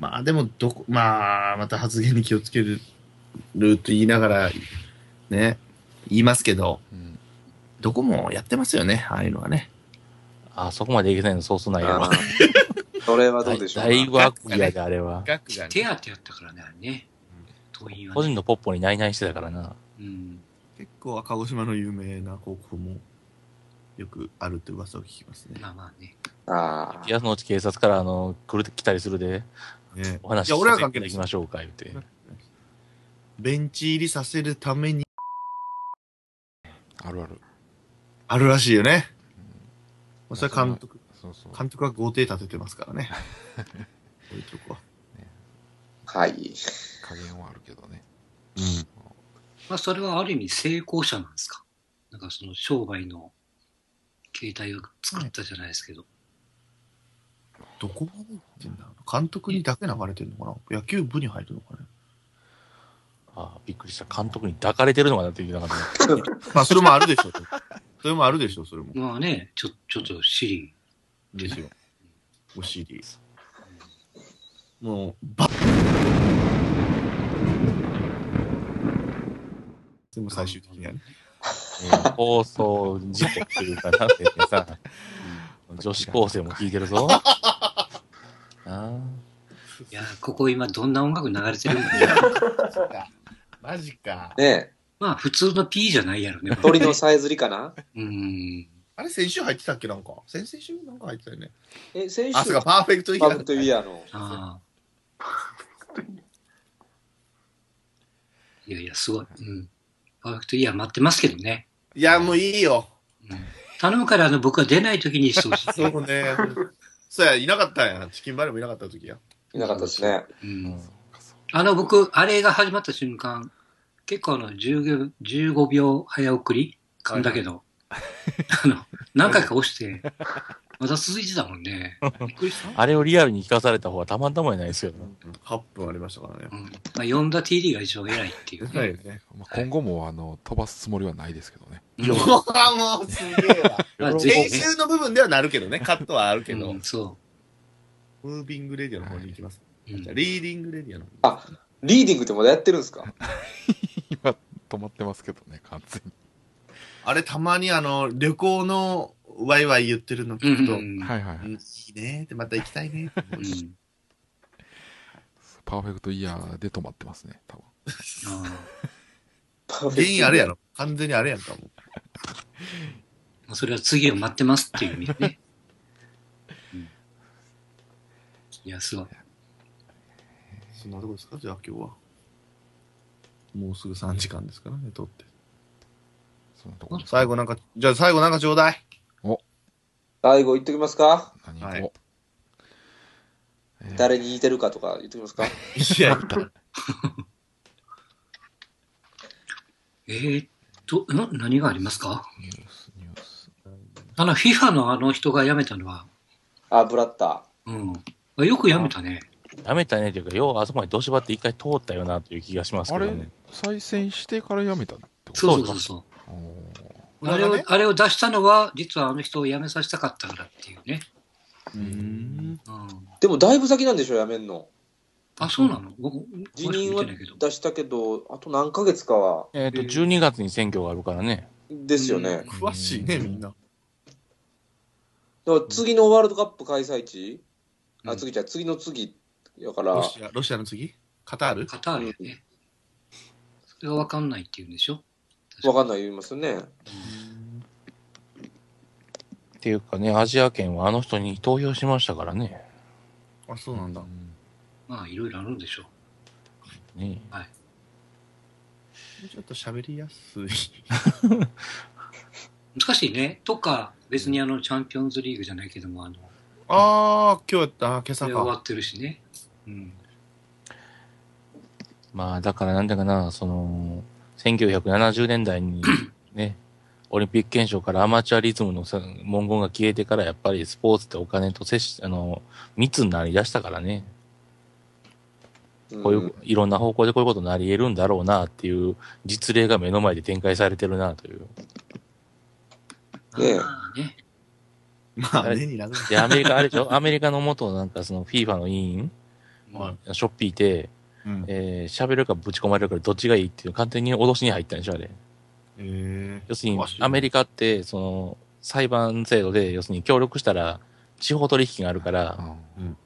Speaker 1: まあでもどこ、まあ、また発言に気をつけるると言いながら、ね、言いますけど、
Speaker 4: うん。うん
Speaker 1: どこもやってますよね、ああいうのはね。
Speaker 7: あそこまでいけないのそうすんないやろ
Speaker 6: あ。ー それはどうでしょうか。
Speaker 7: 大悪やで、あれは。
Speaker 1: 額が
Speaker 2: 手
Speaker 1: ね、
Speaker 2: 当てやったからね、あれね。党員
Speaker 7: 個
Speaker 2: はね。
Speaker 7: 人のポッポにナイナイしてたからな。
Speaker 2: うん。
Speaker 1: 結構鹿児島の有名な高校もよくあるって噂を聞きますね。
Speaker 2: まあまあね。
Speaker 6: ああ
Speaker 7: い。や、そのうち警察から、あの、来る、来たりするで、
Speaker 1: ね
Speaker 7: お話
Speaker 1: いや、俺は関係ないで
Speaker 7: 行き
Speaker 1: す
Speaker 7: ま。しょうか、言うて。
Speaker 1: ベンチ入りさせるために
Speaker 4: あるある。
Speaker 1: あるらしいよね。まあそれは監督、
Speaker 4: そうそう。
Speaker 1: 監督は豪邸立ててますからね。そういうとこは。
Speaker 6: はい。
Speaker 4: 加減はあるけどね。
Speaker 1: うん。
Speaker 2: まあそれはある意味成功者なんですか。なんかその商売の形態を作ったじゃないですけど。
Speaker 1: どこまで行ってんだろう監督にだけ流れてるのかな野球部に入るのかね
Speaker 7: ああ、びっくりした。監督に抱かれてるのかなって言ってなかっ た。
Speaker 1: まあ、それもあるでしょ う。それもあるでしょう、それも。
Speaker 2: まあね、ちょ、ちょっとシリ
Speaker 1: ですよ。お尻。もう、ばでも最終的にはね。
Speaker 7: うん放送事故っていうかなって言ってさ、女子高生も聞いてるぞ。ああ
Speaker 2: いや、ここ今どんな音楽流れてるんだろう
Speaker 1: マジか。
Speaker 6: ねえ
Speaker 2: まあ普通の P じゃないや ろね。これ
Speaker 6: 鳥のさえずり かな
Speaker 2: うん。
Speaker 1: あれ、先週入ってたっけなんか。先々週なんか入ってたよね。
Speaker 6: え、先
Speaker 1: あ、そ
Speaker 6: 週
Speaker 1: うか、、パーフェクトイ
Speaker 6: パ
Speaker 1: ヤ
Speaker 6: ブ
Speaker 1: ー
Speaker 6: とイヤーの。
Speaker 2: ああ。いやいや、すごい。うん。パーフェクトイヤー待ってますけどね。
Speaker 1: いや、もういいよ。
Speaker 2: うん、頼むから、あの、僕は出ない時にしてほしい。
Speaker 1: そうね。 そうや、いなかったんや。チキンバレーもいなかった時や。
Speaker 6: いなかったですね。
Speaker 2: う
Speaker 7: うん
Speaker 2: ん。
Speaker 4: そうかそう
Speaker 2: あの、僕、あれが始まった瞬間、結構あの、10秒15秒早送り感だけど、あの、何回か押して、また続いてたもんね。びっくりした。
Speaker 7: あれをリアルに聞かされた方がたまんたまやないですけど。
Speaker 1: 8分ありましたからね
Speaker 2: う。ん。まあ、呼んだ TD が一応偉いっていう、
Speaker 1: はいね。
Speaker 4: まあ、今後もあの飛ばすつもりはないですけどね。
Speaker 1: よはもうすげえわ。
Speaker 2: まあ、ぜ
Speaker 1: 編
Speaker 2: ひね。
Speaker 1: 集の部分ではなるけどね、カットはあるけど、
Speaker 2: うん、そ
Speaker 1: ムービングレディオの方に行きます。
Speaker 2: う。うん
Speaker 1: じゃあ、リーディングレディオの方に。
Speaker 6: あ、リーディングってまだやってるんですか
Speaker 4: 今止まってますけどね、完全
Speaker 1: あれ、たまにあの、旅行のワイワイ言ってるの
Speaker 2: う
Speaker 1: 聞く
Speaker 2: ん
Speaker 1: と、
Speaker 2: うん
Speaker 4: に。はいはいは
Speaker 1: う
Speaker 4: い。
Speaker 1: んいいねって、また行きたいねって思う
Speaker 2: うん
Speaker 4: パーフェクトイヤーで止まってますね、多分。
Speaker 2: あ
Speaker 1: 原因あれやろ。完全にあれやんかもう。
Speaker 2: あそれは次を待ってますっていう意味でね。うんいや、すごい。
Speaker 1: そんなとこですかじゃあ今日は。もうすぐ3時間ですからね、撮って。
Speaker 4: そんなところです。
Speaker 1: 最後なんか、じゃあ最後なんかちょうだい。
Speaker 6: 最後言っときますか
Speaker 4: 何
Speaker 1: はい
Speaker 4: を。えー
Speaker 6: 誰に似てるかとか言っときますか
Speaker 1: いや、
Speaker 2: えー、っと、な何がありますか
Speaker 4: ニュース、ニュース。
Speaker 2: あの、FIFA のあの人が辞めたのは、
Speaker 6: あ、ブラッタ
Speaker 2: うん。あよく辞めたね。
Speaker 7: やめたねというか、ようあそこまでどしばって一回通ったよなという気がします
Speaker 4: あ
Speaker 7: けど
Speaker 4: れ
Speaker 7: ね。、
Speaker 4: 再選してからやめたってこと
Speaker 2: そうそうそうそ
Speaker 4: お
Speaker 2: う。
Speaker 4: ー
Speaker 2: あれを、あれを出したのは、実はあの人を辞めさせたかったからっていうね。
Speaker 1: うん。
Speaker 2: うん。
Speaker 6: ー。でもだいぶ先なんでしょ、辞めんの。
Speaker 2: あ、そうなの僕、詳し
Speaker 6: 辞
Speaker 2: く
Speaker 6: 任
Speaker 2: 見て
Speaker 6: は
Speaker 2: ないけど。
Speaker 6: 出したけど、あと何ヶ月かは。
Speaker 7: えっ、と、12月に選挙があるからね。
Speaker 6: ですよね。
Speaker 1: 詳しいね、みんな。
Speaker 6: だから次のワールドカップ開催地、
Speaker 2: う
Speaker 6: あ、
Speaker 2: ん
Speaker 6: 次じゃ次の次やから、
Speaker 1: ロシア、ロシアの次カタール
Speaker 2: カタールやね。それがわかんないっていうんでしょ
Speaker 6: わかんない言いますよね。
Speaker 7: っていうかね、アジア圏はあの人に投票しましたからね。
Speaker 1: あ、そうなんだ。
Speaker 2: まあ、いろいろあるんでしょ
Speaker 7: ね
Speaker 1: ちょっと喋りやすい。
Speaker 2: 難しいね。とか、別にあの、チャンピオンズリーグじゃないけども、あの、
Speaker 1: ああ、今日やった、あー今
Speaker 2: そ
Speaker 1: 朝
Speaker 2: れ終わ
Speaker 1: か。
Speaker 2: ってるしね。うん。
Speaker 7: まあ、だからなんだかな、その、1970年代にね、オリンピック憲章からアマチュアリズムのさ文言が消えてから、やっぱりスポーツってお金と接し、あの、密になりだしたからね、
Speaker 6: うん
Speaker 7: こういう、いろんな方向でこういうことになり得るんだろうなっていう実例が目の前で展開されてるなという。
Speaker 6: ねえ
Speaker 2: まあね。
Speaker 1: まあ、目に楽
Speaker 7: で、アメリカ、あれでしょアメリカの元なんかその FIFA の委員、
Speaker 1: はい
Speaker 7: ショッピーで、
Speaker 1: うん。え
Speaker 7: えー喋るかぶち込まれるかどっちがいいっていう、完全に脅しに入ったんでしょあれ。
Speaker 1: え
Speaker 7: 要するに
Speaker 1: 詳しいね
Speaker 7: アメリカってその裁判制度で要するに協力したら地方取引があるから、
Speaker 4: うん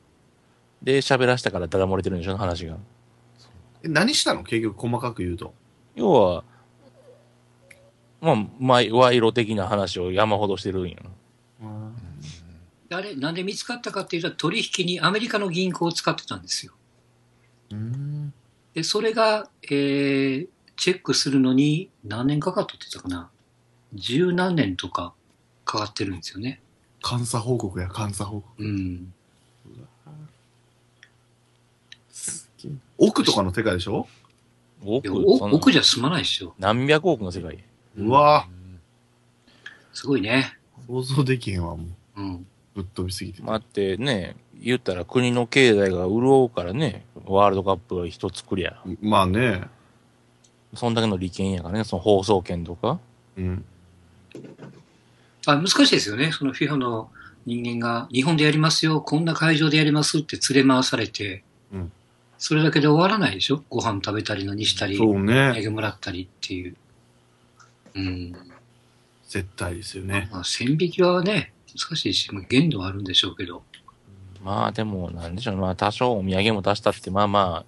Speaker 7: で、喋らしたからダダ漏れてるんでしょ、話が。
Speaker 1: え何したの結局細かく言うと。
Speaker 7: 要は、まあ、賄賂的な話を山ほどしてるんやな。
Speaker 2: あれ、なんで見つかったかっていうと、取引にアメリカの銀行を使ってたんですよ。
Speaker 1: うん。
Speaker 2: で、それが、えーチェックするのに何年かかっとってたかな。十何年とかかかってるんですよね。
Speaker 1: 監査報告や監査報告。
Speaker 2: うん。
Speaker 1: 奥とかの世界でしょ
Speaker 2: い
Speaker 7: 億
Speaker 2: やお
Speaker 7: そんな
Speaker 2: 奥じゃ済まないですよ。
Speaker 7: 何百億の世界。
Speaker 1: うわ
Speaker 2: すごいね。
Speaker 1: ぁ、想像できへんわ、もう。
Speaker 2: うん。
Speaker 1: ぶっ飛びすぎて。
Speaker 7: まあってね、言ったら国の経済が潤うからね、ワールドカップ一つくりゃ。
Speaker 1: まあね。
Speaker 7: そんだけの利権やからね、その放送権とか。
Speaker 1: うん。
Speaker 2: あ、難しいですよね。その FIFA の人間が、日本でやりますよ、こんな会場でやりますって連れ回されて、
Speaker 1: うん
Speaker 2: それだけで終わらないでしょご飯食べたり何したり、
Speaker 1: そ
Speaker 2: お
Speaker 1: う
Speaker 2: 土
Speaker 1: ね。
Speaker 2: 産もらったりっていう。うん。
Speaker 1: 絶対ですよね。
Speaker 2: まあ、線引きはね、難しいし、まあ、限度はあるんでしょうけど。
Speaker 7: まあでも、なんでしょうね、まあ多少お土産も出したって、まあま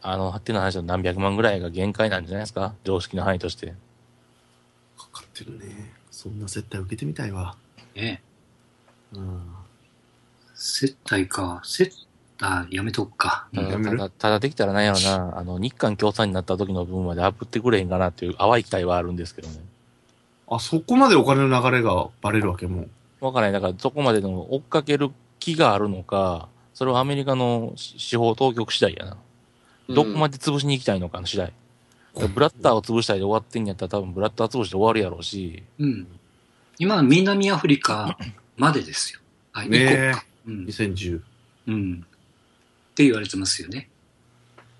Speaker 7: あ、あの、手の話の何百万ぐらいが限界なんじゃないですか常識の範囲として。
Speaker 1: かかってるね。そんな接待受けてみたいわ。
Speaker 2: ね。
Speaker 1: うん。
Speaker 2: 接待か。接待、やめとくか。
Speaker 7: た
Speaker 1: うん
Speaker 7: だ、
Speaker 1: やめ
Speaker 7: た
Speaker 1: る
Speaker 7: だ、ただできたらなんやろな、あの、日韓共産になった時の分までアップってくれへんかなっていう淡い期待はあるんですけどね。
Speaker 1: あ、そこまでお金の流れがバレるわけもう。
Speaker 7: わからない。だから、そこまでの追っかける気があるのか、それはアメリカの司法当局次第やな。どこまで潰しに行きたいのかの次第。だからブラッターを潰したいで終わってんやったら多分ブラッター潰して終わるやろうし、
Speaker 2: うん。今、南アフリカまでですよ。はい、行こう
Speaker 1: ね
Speaker 2: か。うん。
Speaker 1: 2010。
Speaker 2: うん。って言われてますよね。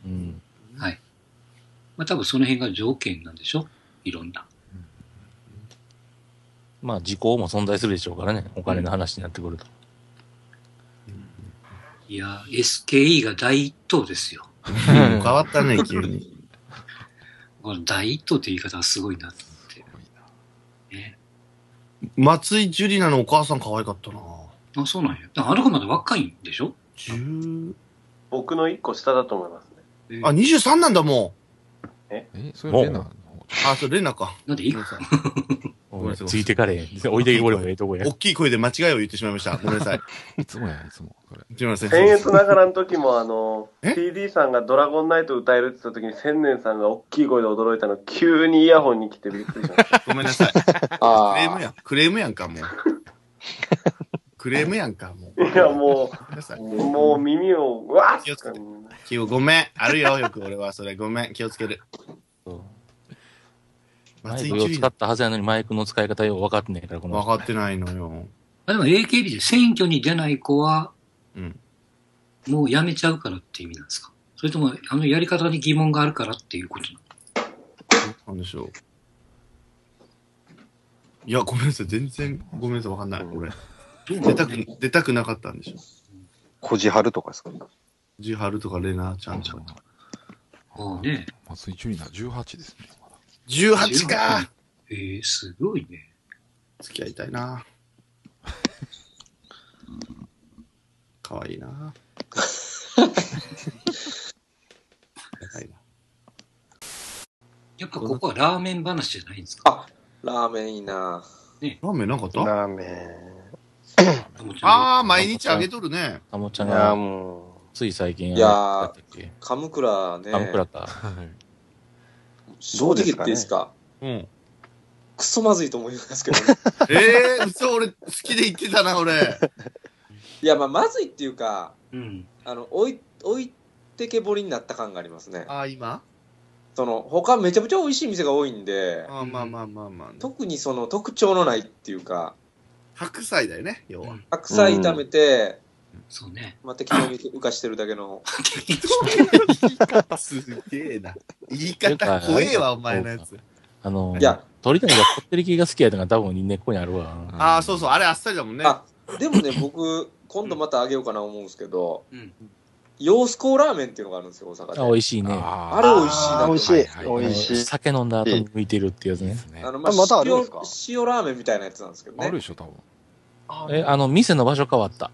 Speaker 7: うん。
Speaker 2: まあ多分その辺が条件なんでしょいろんな。
Speaker 7: まあ、時効も存在するでしょうからね、お金の話になってくると。
Speaker 2: いや、SKE が第一党ですよ。
Speaker 1: 変わったね、急に。
Speaker 2: この第一党って言い方はすごいなと思って。ね。
Speaker 1: 松井樹里奈のお母さん可愛かったな。
Speaker 2: あ、そうなんや。だからあの子まだ若いんでしょ
Speaker 1: 10
Speaker 5: 僕の一個下だと思いますね。
Speaker 2: え
Speaker 1: あ、
Speaker 2: ー
Speaker 1: 23なんだ、も
Speaker 4: え、それレナの方
Speaker 1: う。あ、それ、レナか。
Speaker 2: なんでいいか。
Speaker 1: ごめんなさい
Speaker 7: ついてかれへん。置いていこれもええとこや
Speaker 1: 大。きい声で間違いを言ってしまいました。ごめん なさい。
Speaker 4: いつもや、いつも。それ。
Speaker 1: すみません。
Speaker 5: 僭越ながらの時も、あの、
Speaker 1: え
Speaker 5: TD さんがドラゴンナイト歌えるって言った時に、千年さんが大きい声で驚いたの、急にイヤホンに来てびっくりしま した。
Speaker 1: ごめんなさい。ク
Speaker 6: あ
Speaker 1: レーム
Speaker 6: あ。
Speaker 1: やん。クレームやんか、もう。クレームやんか、もう。
Speaker 5: いや、も、。
Speaker 1: ごめんなさいう
Speaker 5: もう耳を、うわっ
Speaker 1: 気をつけて気をごめん。あるよ、よく俺は。それ、ごめん。気をつける。
Speaker 7: そうマ
Speaker 1: 松
Speaker 7: イ
Speaker 1: 井
Speaker 7: ク
Speaker 1: 樹
Speaker 7: を
Speaker 1: 里
Speaker 7: 使っ
Speaker 1: 奈。
Speaker 7: たはずやのにマイクの使い方よう分かってないから、この
Speaker 1: 分
Speaker 7: 人。
Speaker 1: かってないのよ。
Speaker 2: あでも AKB で選挙に出ない子は、
Speaker 1: うん
Speaker 2: もう辞めちゃうからって意味なんですかそれとも、あのやり方に疑問があるからっていうことな
Speaker 1: な
Speaker 2: の
Speaker 1: んでしょう。いや、ごめんなさい。全然、ごめんなさい。わかんない。俺。出たく、出たくなかったんでしょ。
Speaker 3: こじはるとかですか
Speaker 1: ジハルとかレナちゃんちゃん。
Speaker 2: ああね。
Speaker 4: 松井中里奈18ですね。まだ
Speaker 1: 18か
Speaker 2: えー、すごいね。
Speaker 1: 付き合いたいな。可愛い な。可愛いな
Speaker 2: やっぱここはラーメン話じゃないんですか
Speaker 6: あ、ラーメンいいな。
Speaker 1: ラーメンなんかあった
Speaker 3: ラーメン。
Speaker 1: ああ、毎日あげとるね。
Speaker 7: タモちゃん
Speaker 3: いや、
Speaker 7: が
Speaker 3: も
Speaker 7: つい最近、
Speaker 6: いやー
Speaker 7: あれだったっけ
Speaker 6: カムクラね。
Speaker 7: カムクラ
Speaker 4: は
Speaker 7: か。
Speaker 4: い。
Speaker 6: 正直言っていいですか
Speaker 1: うん。え
Speaker 6: クソまずいと思いますけど ね。
Speaker 1: えー、嘘、俺、好きで言ってたな、俺。
Speaker 6: いや、まあ、まずいっていうか、
Speaker 2: うん。
Speaker 6: あの、置い、置いてけぼりになった感がありますね。
Speaker 1: ああ、今
Speaker 6: その、他めちゃめちゃ美味しい店が多いんで、
Speaker 1: ああ、まあまあまあまあ。
Speaker 6: 特にその特徴のないっていうか、
Speaker 1: 白菜だよね、要は。
Speaker 6: 白菜炒めて、
Speaker 2: そうね。
Speaker 6: まあ、適当に浮かしてるだけの、
Speaker 1: すげえな。言い
Speaker 7: よくあ
Speaker 1: 方
Speaker 7: る
Speaker 1: 怖えわ、お前のやつ。
Speaker 7: あの、
Speaker 6: いや、
Speaker 7: 鳥谷がこってり系が好きやったのが多分根っこにあるわ。
Speaker 1: ああ、そうそう、あれあっさりだもんね。
Speaker 6: あでもね、僕、今度またあげようかな思うんですけど、
Speaker 2: うん。
Speaker 6: 洋子コーラーメンっていうのがあるんですよ、大
Speaker 7: あ
Speaker 6: 阪
Speaker 7: 美
Speaker 6: で。
Speaker 7: 味しいね。
Speaker 6: あれ美味しいな
Speaker 3: う、
Speaker 6: と
Speaker 3: 美味しい
Speaker 4: は。い
Speaker 3: 美味しい。
Speaker 7: 酒飲んだ後に向いてるっていうやつ
Speaker 4: で
Speaker 7: ね。
Speaker 4: すね。
Speaker 6: あ
Speaker 4: あ
Speaker 6: の、まあ、
Speaker 3: あまたあるん
Speaker 6: 塩
Speaker 3: ですか、
Speaker 6: 塩ラーメンみたいなやつなんですけどね
Speaker 4: る。でしょ、多分。
Speaker 1: あ
Speaker 6: あ
Speaker 7: え、あの、店の場所変わった。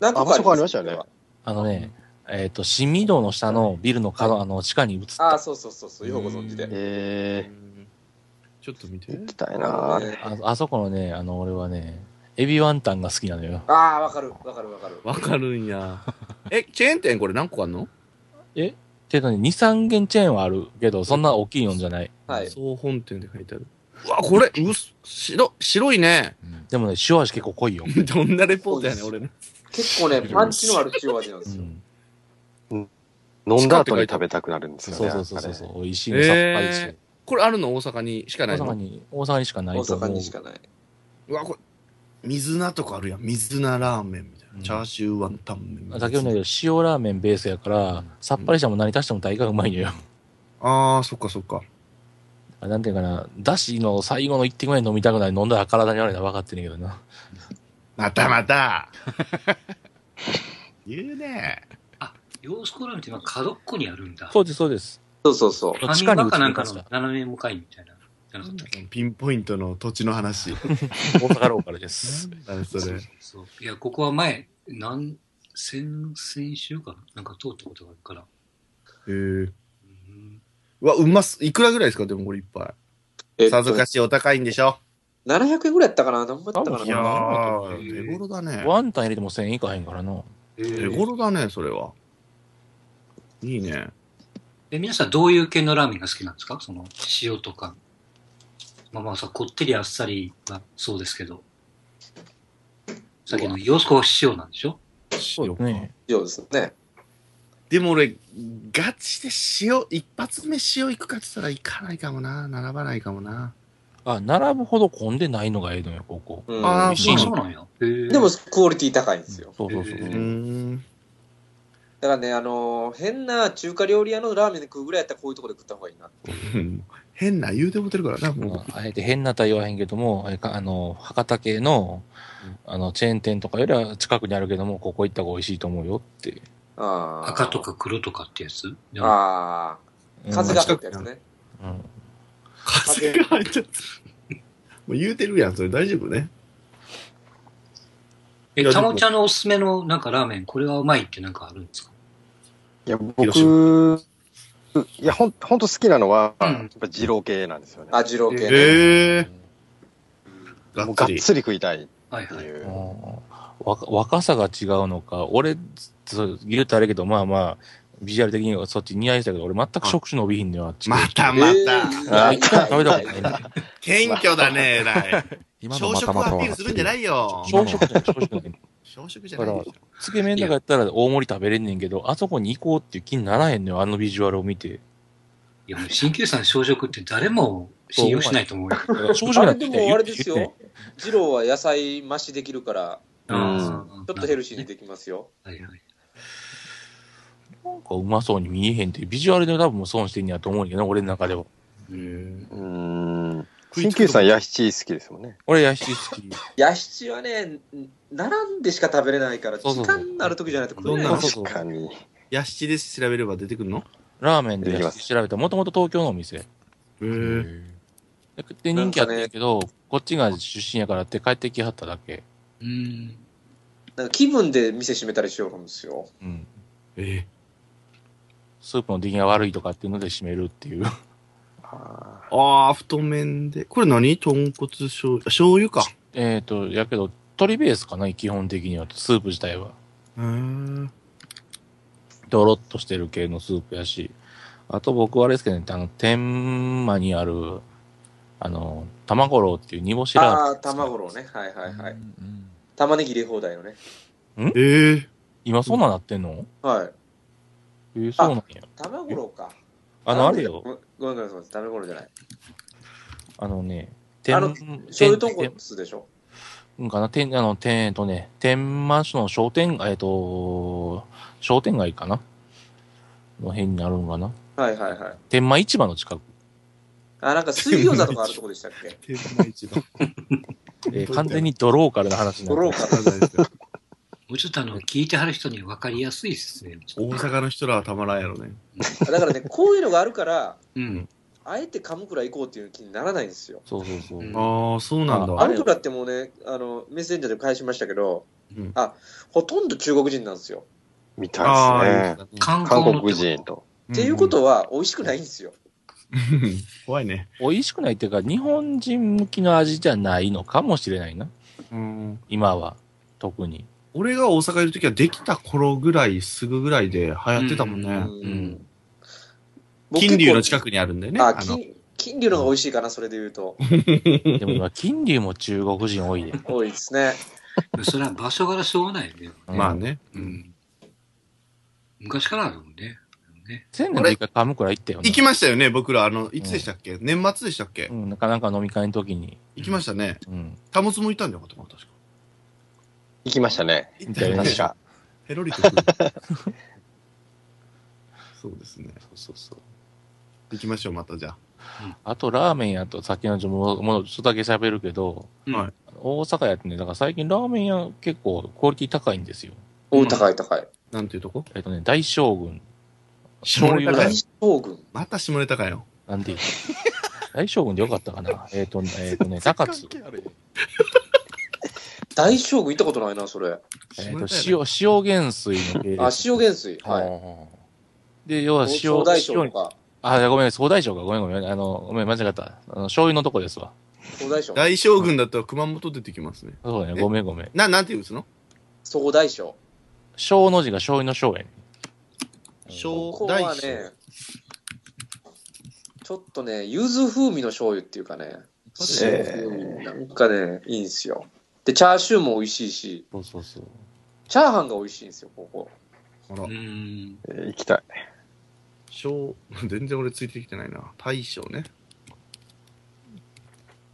Speaker 6: なん
Speaker 3: あ、
Speaker 6: と
Speaker 3: 場
Speaker 6: か
Speaker 3: 所変わりましたよね。
Speaker 7: あのね、えっ、と、新緑の下のビルの角、あの、地下に移っ
Speaker 6: あ
Speaker 7: た。
Speaker 6: あ、そうそうそうそう、ようご存知で。
Speaker 3: え
Speaker 1: ちょっと見
Speaker 3: え
Speaker 1: て
Speaker 3: 行。きたいなー
Speaker 7: ああそこのね、あの、俺はね、エビワンタンが好きなのよ。
Speaker 6: ああ、わかる、わかる、わかる。
Speaker 1: わかるんや。 え、チェーン店これ何個あんの
Speaker 7: けどね、2、3軒チェーンはあるけど、そんな大きいのじゃない。
Speaker 6: はい。
Speaker 1: 総本店で書いてある。うわ、これ、うっす、白、白いね。
Speaker 4: うん
Speaker 7: でもね、塩味結構濃いよ。
Speaker 1: どんなレポートやねん、俺ね。
Speaker 6: 結構ね、パンチのある塩味なんで
Speaker 7: う
Speaker 6: すよ。
Speaker 7: ん。
Speaker 3: 飲んだ後に食べたくなるんですよ
Speaker 7: そう
Speaker 3: ね。
Speaker 7: そうそうそう
Speaker 3: あれ
Speaker 7: そう。美味しいの、さっぱりし
Speaker 1: え
Speaker 7: て。
Speaker 1: これあるの大阪にしかな
Speaker 7: 大
Speaker 1: い
Speaker 7: 阪
Speaker 1: の
Speaker 7: に、大阪にしかな
Speaker 6: 大
Speaker 7: いと思
Speaker 6: 阪
Speaker 7: う。
Speaker 6: にしかない。
Speaker 1: うわ、これ、水菜とかあるやん。水菜ラーメンみたいな。
Speaker 7: うん
Speaker 1: チャーシューワンタン麺みたいな。
Speaker 7: 先ほど言ったけど、塩ラーメンベースやから、さっぱりしたもん何足しても大概うまいのよ。
Speaker 1: ああ、そっかそっか。
Speaker 7: なんていうかな、だしの最後の一滴まで飲みたくない飲んだら体に悪いのは分かってんねんけどな。
Speaker 1: またま た。言うね。
Speaker 2: 洋子ラーメンって今角っこにあるんだ。
Speaker 7: そうです、そうです。
Speaker 6: そうそうそう。
Speaker 7: 地
Speaker 2: 地下
Speaker 7: 下に
Speaker 2: に
Speaker 7: 移って
Speaker 2: かなん
Speaker 7: ま
Speaker 2: か
Speaker 7: した
Speaker 2: の。斜め向かいみたいな。じゃなかったっけ
Speaker 1: ピンポイントの土地の 話。
Speaker 7: 大阪ローカルです。
Speaker 1: なんだそ
Speaker 2: そう
Speaker 1: れ。
Speaker 2: そういや、ここは前、なん先、先週かななんか通ったことがあるから。
Speaker 1: えー、
Speaker 2: うん
Speaker 1: うわ、うます。いくらぐらいですかでもこれいっぱ
Speaker 6: え
Speaker 1: い。
Speaker 6: っと
Speaker 1: さぞかしお高いんでしょ。
Speaker 6: 700円ぐらいやったかな何ぼやったか
Speaker 7: あ
Speaker 6: ない
Speaker 1: や
Speaker 2: え
Speaker 1: ー、
Speaker 2: ー
Speaker 1: 手頃だね。
Speaker 7: ワンタン入れても1000円いかへんからな。
Speaker 2: え
Speaker 1: 手
Speaker 2: ー
Speaker 1: 頃だね、それは。いいね。
Speaker 2: え皆さんどういう系のラーメンが好きなんですかその塩とか。まあまあさ、こってりあっさりはそうですけど。さっきの洋子は塩なんでしょ
Speaker 1: そうよ
Speaker 7: ね
Speaker 6: そうですね。
Speaker 1: でも俺、ガチで塩、一発目塩行くかって言ったら行かないかもな。並ばないかもな。
Speaker 7: あ、並ぶほど混んでないのがええのよ、ここ。
Speaker 6: うん
Speaker 1: あー
Speaker 6: 美味しい
Speaker 2: あ、
Speaker 1: ん
Speaker 2: そうなんや。へー
Speaker 6: でも、クオリティ高いんですよ。
Speaker 7: そうそうそう。
Speaker 1: う
Speaker 2: う
Speaker 1: ーん。
Speaker 6: だからね、あのー変な中華料理屋のラーメンで食うぐらいやったらこういうとこで食った方がいいな。
Speaker 1: 変な言うてもてるからな、 もう。
Speaker 7: まああえて変な対応はへんけども、あれかあの、博多系の、あの、チェーン店とかよりは近くにあるけども、ここ行った方が美味しいと思うよって。
Speaker 6: あー
Speaker 2: 赤と。か黒とかってやつ
Speaker 6: ああ。
Speaker 7: うん
Speaker 6: 風が入ったやつね。
Speaker 7: うん
Speaker 1: 風が入っちゃった。もう言うてるやん、それ大丈夫ね。い
Speaker 2: え、
Speaker 1: や
Speaker 2: たもちゃんのおすすめのなんかラーメン、これはうまいってなんかあるんですか
Speaker 3: いや、僕、いや、ほん、ほんと好きなのは、やっぱ二郎系なんですよね。
Speaker 6: あ、二郎系ね。
Speaker 1: ええ
Speaker 3: も
Speaker 1: ー。
Speaker 3: う
Speaker 1: が
Speaker 3: が
Speaker 1: っ
Speaker 3: っ
Speaker 1: つり。
Speaker 3: つり食いたいっ
Speaker 2: はい
Speaker 3: て
Speaker 2: はい。
Speaker 3: いうう。
Speaker 7: んわ若さが違うのか、俺、そう言うとあれやけど、まあまあ、ビジュアル的にはそっち似合いしたけど、俺全く触手伸びひんのよ、あっち系。
Speaker 1: またまた。
Speaker 7: あ
Speaker 6: え
Speaker 7: 一回も食べたことないね。
Speaker 1: 謙虚だね、えらい。
Speaker 4: 今の
Speaker 1: 朝
Speaker 4: ま
Speaker 1: 食
Speaker 4: たま
Speaker 1: ア
Speaker 4: た
Speaker 1: ピールするんじゃないよ。
Speaker 7: 朝食じゃない、朝食じゃない。
Speaker 1: 朝食じゃないでしょ。
Speaker 7: つけ麺とかやったら大盛り食べれんねんけど、あそこに行こうっていう気にならへんのよ、あのビジュアルを見て。
Speaker 2: いや、もう鍼灸師さんの小食って誰も信用しないと思うよ。
Speaker 7: 朝食
Speaker 6: あれ
Speaker 7: なんて
Speaker 6: で
Speaker 7: 言って
Speaker 6: もあれですよ。二郎は野菜増しできるから、
Speaker 3: うん
Speaker 2: あ
Speaker 6: ちょっとヘルシーにできますよ。
Speaker 2: はいはい。
Speaker 7: なんかうまそうに見えへんっていう、ビジュアルで多分もう損してんやと思うんやけど、俺の中では。
Speaker 1: うん
Speaker 3: うーん。新旧さん、ヤシチ好きですもんね。
Speaker 7: 俺、ヤシ好き。
Speaker 6: ヤシチはね、並んでしか食べれないから、
Speaker 7: そう
Speaker 6: 時
Speaker 7: そうそう
Speaker 6: 間になる時じゃないと食
Speaker 1: ど
Speaker 6: え
Speaker 1: ん
Speaker 6: ない
Speaker 1: な
Speaker 6: で
Speaker 1: の
Speaker 6: すよ。
Speaker 7: そ
Speaker 3: 確
Speaker 7: う
Speaker 3: かに。
Speaker 1: ヤシチで調べれば出てくるの
Speaker 7: ラーメンで
Speaker 3: でき
Speaker 7: ヤ
Speaker 3: ま
Speaker 7: シ
Speaker 3: す
Speaker 7: チ調べたら、もともと東京のお店。
Speaker 1: ええ
Speaker 4: へ
Speaker 1: ー。
Speaker 4: ー
Speaker 7: で、人気あったんやけど、こっちが出身やからって帰ってきはっただけ。
Speaker 2: うん。
Speaker 6: なんか気分で店閉めたりしようんですよ。
Speaker 7: うん。
Speaker 1: え
Speaker 7: スープの出来が悪いとかっていうので締めるっていう。
Speaker 3: あ
Speaker 1: ー、ああ、太麺で。これ何豚骨醤油。あ醤油か。
Speaker 7: えっと、やけど、鶏ベースかな、基本的には。スープ自体は。
Speaker 1: うーん。
Speaker 7: ドロッとしてる系のスープやし。あと僕はあれですけどね、あの、天満にある、あの、玉五郎っていう煮干しラーメン。
Speaker 6: ああー、卵ろうね。はいはいは
Speaker 4: う
Speaker 6: い。
Speaker 4: ん
Speaker 6: 玉ねぎ入れ放題のね。
Speaker 1: えー。
Speaker 7: 今そんなんなってんの、
Speaker 6: はい。
Speaker 7: えーそうなんや。
Speaker 6: 卵ろうか。
Speaker 7: あの、あれよ。
Speaker 6: ごめんごめんごめん、ダメゴロじゃない。
Speaker 7: あのね、
Speaker 6: あの醤油豚骨でしょ。
Speaker 7: うんかな、天、あの、天、えっとね、天満市の商店街、えっと、商店街かなの辺になるんかな。
Speaker 6: はいはいはい。
Speaker 7: 天満市場の近く。
Speaker 6: あ、なんか水餃子とかあるとこでしたっけ
Speaker 1: 天満一番。
Speaker 7: えー完全にドローカルな話にな
Speaker 6: ド
Speaker 7: る。
Speaker 6: ローカル。
Speaker 2: もうちょっとあの、聞いてはる人に分かりやすい説明をちょ
Speaker 1: 大
Speaker 2: っと
Speaker 1: 阪の人らはたまらんやろね。
Speaker 6: だからね、こういうのがあるから、
Speaker 2: うん。
Speaker 6: あえて神倉行こうっていう気にならないんですよ。
Speaker 7: そうそうそう。
Speaker 2: うん
Speaker 1: ああ、そうなんだ。
Speaker 7: あれ
Speaker 6: 神倉ってもうね、あの、メッセンジャーで返しましたけど、
Speaker 1: うん
Speaker 6: あ、ほとんど中国人なんですよ。
Speaker 3: みたいですね。
Speaker 1: あーいいですね
Speaker 2: 韓
Speaker 3: 韓
Speaker 2: 国の
Speaker 3: 国人と。
Speaker 6: っていうことは、美味しくないんですよ。
Speaker 1: うん怖いね。
Speaker 7: 美味しくないっていうか、日本人向きの味じゃないのかもしれないな。
Speaker 1: うん
Speaker 7: 今は。特に。
Speaker 1: 俺が大阪いるときはできた頃ぐらい、すぐぐらいで流行ってたもん
Speaker 6: う
Speaker 1: ね。
Speaker 6: ん
Speaker 1: 金龍の近
Speaker 6: く
Speaker 1: くにあるんだよね。
Speaker 6: あ、
Speaker 1: の
Speaker 6: 金、金龍のが美味しいかな、それで言うと。
Speaker 7: でも今、金龍も中国人多いで。
Speaker 6: 多いですね。
Speaker 2: それは場所からしょうがないよね。
Speaker 1: まあね。
Speaker 2: うん。昔からあるもんね。ね
Speaker 7: 千年で一回神倉行ったよね。
Speaker 1: 行きましたよね、僕ら。あの、いつでしたっけ年末でしたっけ
Speaker 7: うん、なんかなんか飲み会の時に。
Speaker 1: 行きましたね。
Speaker 7: うん。
Speaker 1: タモツもいたんじゃなかったかな、確か。
Speaker 3: 行きましたね。
Speaker 1: 行ったよね
Speaker 3: 確。か。
Speaker 1: ペロリと来る。 そうですね。
Speaker 7: そうそうそう。
Speaker 1: 行きましょう、またじゃあ。
Speaker 7: あと、ラーメン屋とさっきのちょももうちょっとだけ喋るけど、
Speaker 1: はい
Speaker 7: 大阪やってね、だから最近ラーメン屋結構クオリティ高いんですよ。
Speaker 6: お、高い高い。
Speaker 1: なんていうとこ
Speaker 7: えっとね、大将軍。
Speaker 1: 下ネタ
Speaker 7: 醤油
Speaker 1: か
Speaker 7: ラー
Speaker 1: よ
Speaker 6: 大。将軍。
Speaker 1: また下ネタかよ。
Speaker 7: なんで言うの大将軍でよかったか なえっ、と、えっ、とね、中津。
Speaker 6: 大将軍行ったことないな、それ。
Speaker 7: えっ、と、塩、塩原水の系 列
Speaker 6: あ、塩元水。
Speaker 4: は
Speaker 6: はい。
Speaker 7: い。で、要は塩、
Speaker 6: 総大将
Speaker 7: 塩
Speaker 6: とか。
Speaker 7: あ、いやごめん、総大将か。ごめんごめん。あの、ごめん、間違った。あの、醤油のとこですわ。
Speaker 6: 総大将。
Speaker 1: 大将軍だったら熊本出てきますね。
Speaker 7: そうだね、
Speaker 1: え
Speaker 7: ごめんごめん。
Speaker 1: な、なんていう打つの
Speaker 6: 総大将。
Speaker 7: 醤の字が醤油の醤やね。
Speaker 1: 小
Speaker 6: ここ
Speaker 1: 大
Speaker 6: は
Speaker 1: 将
Speaker 6: ね、ちょっとね、柚子風味の醤油っていうかね、
Speaker 1: 発で
Speaker 6: えーなんかね、いいんですよ。で、チャーシューも美味しいし、
Speaker 7: そうそうそう。
Speaker 6: チャーハンが美味しいんですよ、ここ。
Speaker 1: あら
Speaker 2: う、ん。
Speaker 3: えー行きたい。
Speaker 1: 小、全然俺ついてきてないな。大将ね。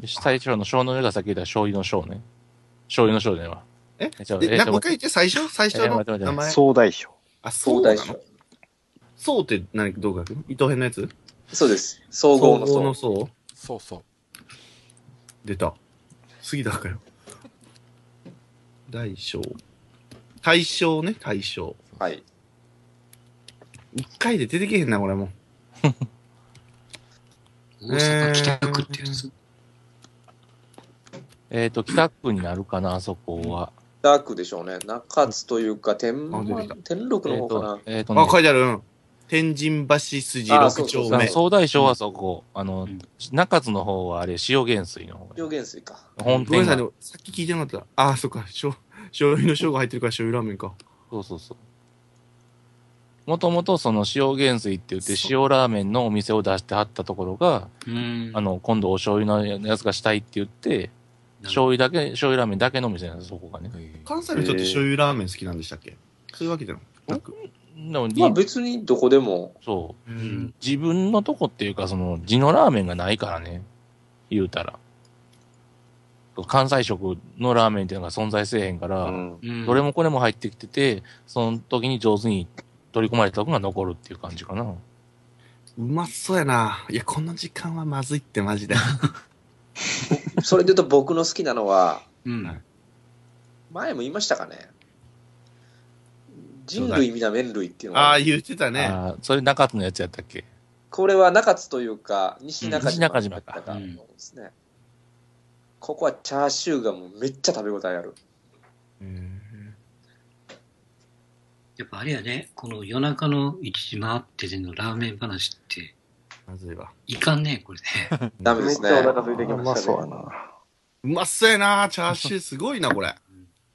Speaker 7: で最初の醤の字がさっき言った醤油の醤ね。醤油の醤じゃないわ。
Speaker 1: え
Speaker 7: ちょ
Speaker 1: で、な
Speaker 7: ちょ
Speaker 1: もう一回言って、最初最初
Speaker 7: え
Speaker 1: の
Speaker 7: 待って待っ
Speaker 1: 名
Speaker 7: て
Speaker 1: 前。
Speaker 3: 総大将。
Speaker 1: あ、そ
Speaker 6: 総
Speaker 1: うな
Speaker 6: 大
Speaker 1: の
Speaker 6: 将。
Speaker 1: そうって何、どう書くの糸編のやつ
Speaker 6: そうです。総合の
Speaker 1: 総
Speaker 6: 総
Speaker 1: 合。のそう
Speaker 4: そうそう。
Speaker 1: 出た。杉田かよ。大将。大将ね、大将。
Speaker 6: はい。
Speaker 1: 一回で出てけへんな、これもう。
Speaker 2: 大阪北区ってやつ。
Speaker 7: えっ、と、北区になるかな、あそこは。
Speaker 6: ダークでしょうね。中津というか、天
Speaker 1: あ出てきた、
Speaker 6: 天禄
Speaker 7: えっ、
Speaker 6: の方かな
Speaker 7: と。、えっ、とね
Speaker 1: あ、書いてある。うん天神橋筋
Speaker 6: あ
Speaker 1: 六
Speaker 6: そうそう
Speaker 1: 丁
Speaker 6: そう
Speaker 1: 目。
Speaker 7: 総大将はそこ、あの
Speaker 2: うん、
Speaker 7: 中津の方はあれ、塩原水の方
Speaker 6: 塩元水か。
Speaker 7: 本
Speaker 1: ごめん
Speaker 7: 店
Speaker 1: なさ
Speaker 7: が
Speaker 1: い、で。もさっき聞いてなかった。あ、そっか、しょ醤油の醤が入ってるから醤油ラーメンか。
Speaker 7: そうそうそう。もともとその塩原水って言って塩ラーメンのお店を出してはったところが、
Speaker 2: うん。
Speaker 7: あの、今度お醤油のやつがしたいって言って、醤油だけ、醤油ラーメンだけのお店なんです、そこがね。
Speaker 4: えー
Speaker 1: 関西の人って醤油ラーメン好きなんでしたっけそういうわけじゃなく。
Speaker 7: でも、
Speaker 6: まあ別にどこでも、
Speaker 7: そう
Speaker 2: うんん。
Speaker 7: う。自分のとこっていうか、その、地のラーメンがないからね。言うたら。関西食のラーメンっていうのが存在せえへんか
Speaker 3: う
Speaker 7: ら、
Speaker 3: ん。
Speaker 2: うん
Speaker 7: どれもこれも入ってきてて、その時に上手に取り込まれたとこが残るっていう感じかな。
Speaker 1: うまそうやな。いや、この時間はまずいって、マジ で。
Speaker 6: それで言うと僕の好きなのは、
Speaker 2: うん。
Speaker 1: はい
Speaker 6: 前も言いましたかね。人類皆麺類っていうの
Speaker 1: あ
Speaker 6: が
Speaker 1: あ、言ってたね。
Speaker 7: あーそれ中津のやつやったっけ
Speaker 6: これは中津というか、西中
Speaker 7: 西
Speaker 6: 島
Speaker 7: 中島か
Speaker 6: だったと思うんですね。ここはチャーシューがもうめっちゃ食べ応えある。
Speaker 1: うん
Speaker 2: やっぱあれやね、この夜中の一時回ってでのラーメン話って、
Speaker 1: まずいわ。
Speaker 2: いかんね、これね。
Speaker 6: ダメ
Speaker 5: め
Speaker 6: で
Speaker 5: っ
Speaker 6: す
Speaker 5: ちゃ
Speaker 6: ね。
Speaker 5: お腹空いてきましたね。
Speaker 3: うやな。
Speaker 1: うまそうやな。チャーシューすごいな、これ。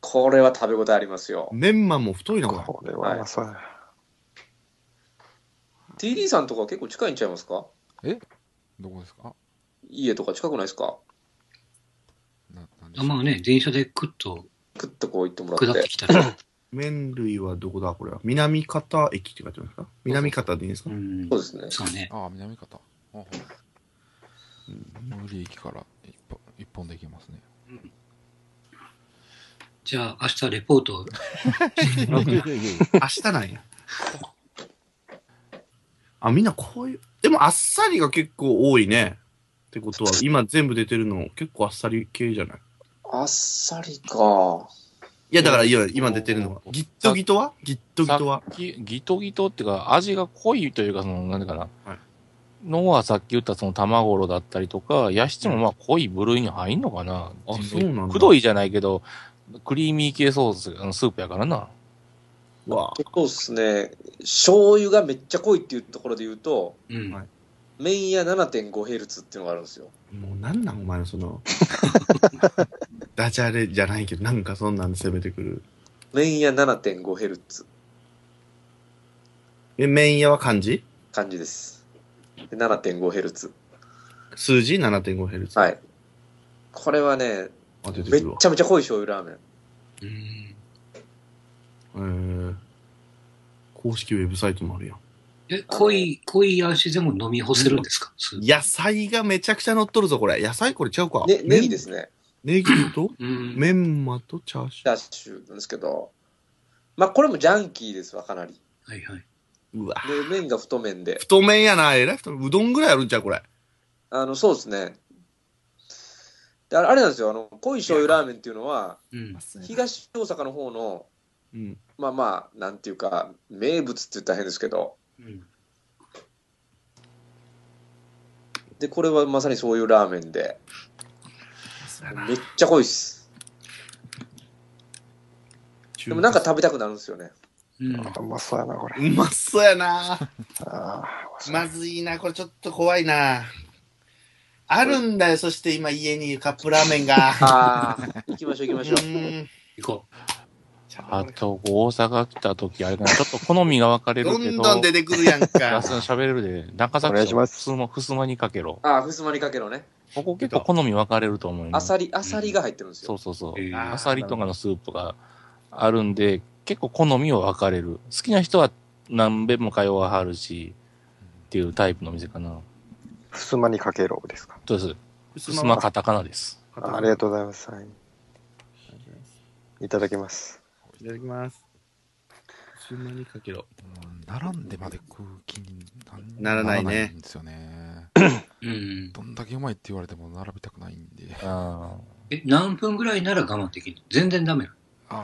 Speaker 6: これは食べ応えありますよ。
Speaker 1: メンマも太いな、これ。
Speaker 3: これはうまそう やな。
Speaker 6: TD さんとか結構近いんちゃいますか
Speaker 4: どこですか
Speaker 6: 家とか近くないですか
Speaker 4: ななんでしょう
Speaker 2: まあね、電車でクッと
Speaker 6: クッとこう行ってもら
Speaker 2: 下
Speaker 6: っ
Speaker 2: って
Speaker 6: て。
Speaker 2: きたら。
Speaker 1: 麺類はどこだ、これは。南方駅って書いてますか南方でいいんですか
Speaker 2: うん
Speaker 6: そうですね。
Speaker 2: そうね。
Speaker 4: ああ、南方。ああ無理駅から一本一本で行けますね。
Speaker 2: じゃあ明日レポートを。
Speaker 1: 明日なんや。あ、みんなこういう。でもあっさりが結構多いね。ってことは、今全部出てるの結構あっさり系じゃない
Speaker 6: あっさりか。
Speaker 1: いや、だから、いや、今出てるのは。ギットギトはギットギトは
Speaker 7: さっきギトギトっていうか、味が濃いというか、その、なんていうかな。
Speaker 1: はい
Speaker 7: のはさっき言ったその玉五郎だったりとか、ヤシチもまあ濃い部類に入んのかな。
Speaker 1: あそうなんだ
Speaker 7: くどいじゃないけど、クリーミー系ソース、あのスープやからな。
Speaker 1: うわ
Speaker 6: 結構ですね、醤油がめっちゃ濃いっていうところで言うと、
Speaker 2: うん。
Speaker 1: はい
Speaker 6: 麺屋 7.5Hz っていうのがあるんですよ。
Speaker 1: もうなんなんお前のそのダジャレじゃないけどなんかそんなんで攻めてくる
Speaker 6: 麺屋 7.5Hz。
Speaker 1: え麺屋は漢字
Speaker 6: 感じです。で 7.5Hz。
Speaker 1: 数字 7.5Hz
Speaker 6: はい。これはね、
Speaker 1: 当てて
Speaker 6: めっ
Speaker 1: くるわ
Speaker 6: ちゃめちゃ濃い醤油ラーメン。
Speaker 2: うん
Speaker 1: えー、公式ウェブサイトもあるやん
Speaker 2: え、濃い、濃い味でも飲み干せるんですか、スープ
Speaker 1: 野菜がめちゃくちゃ乗っとるぞこれ野菜これちゃうか
Speaker 6: ね、ネギですすね。
Speaker 1: ネギと
Speaker 2: うん。
Speaker 1: メンマとチャーシュ
Speaker 6: チャーシューなんですけど。まあ、これもジャンキーですわ、かなり。
Speaker 2: はいはい。
Speaker 1: ーうわ
Speaker 6: で、麺が太麺で。
Speaker 1: 太麺やなえらい太麺うどんぐらいあるんちゃうこれ
Speaker 6: あの、そうですね。であれあれなんですよ、あの、濃い醤油ラーメンっていうのは、
Speaker 2: うん。
Speaker 6: 東大阪の方の、
Speaker 1: うん
Speaker 6: まあまあ、なんていうか、名物って言ったら変ですけど、
Speaker 2: うん。
Speaker 6: で、これはまさにそういうラーメンで、めっちゃ濃いっす。でもなんか食べたくなるんですよね。
Speaker 2: うん。
Speaker 3: うまそうやな、これ。
Speaker 1: うまそうやな
Speaker 3: あー
Speaker 1: まずいな、これちょっと怖いな。あるんだよ、そして今家にカップラーメンが。
Speaker 6: ああ、行きましょう行
Speaker 1: う
Speaker 6: きましょう。
Speaker 1: ーん
Speaker 2: 行こ
Speaker 7: あと、大阪来た時あれかな、ちょっと好みが分かれる
Speaker 1: ど
Speaker 7: け
Speaker 1: ん
Speaker 7: ど、
Speaker 1: どん出てくるやん
Speaker 7: ガ
Speaker 1: か
Speaker 7: ス。の喋れるで、中
Speaker 3: お
Speaker 7: 崎
Speaker 3: 願いします
Speaker 7: さん、ふすま、ふすまにかけろ。
Speaker 6: ああ、ふすまにかけろね。
Speaker 7: ここ結構好み分かれると思うよね
Speaker 6: あさり、あさりが入ってるんです
Speaker 7: そ
Speaker 6: よ
Speaker 7: う。そうそう
Speaker 2: う。。えー
Speaker 1: あ
Speaker 7: アサリとかのスープがあるんで、結構好みは分かれる。好きな人は何べも通わはるし、っていうタイプの店かな。
Speaker 3: ふすまにかけろですか。
Speaker 7: そうです。ふすまカタカナです。
Speaker 3: あありがとうございます。はい、いただきます。
Speaker 1: いただきます。ふすまにかけろ。
Speaker 4: うん並んでまで食う気にな
Speaker 1: な
Speaker 4: ん
Speaker 1: らないね
Speaker 4: ならないんですよね。
Speaker 2: うん。
Speaker 4: どんだけうまいって言われても並びたくないんで。
Speaker 7: あ
Speaker 2: え、何分ぐらいなら我慢できる全然ダメなの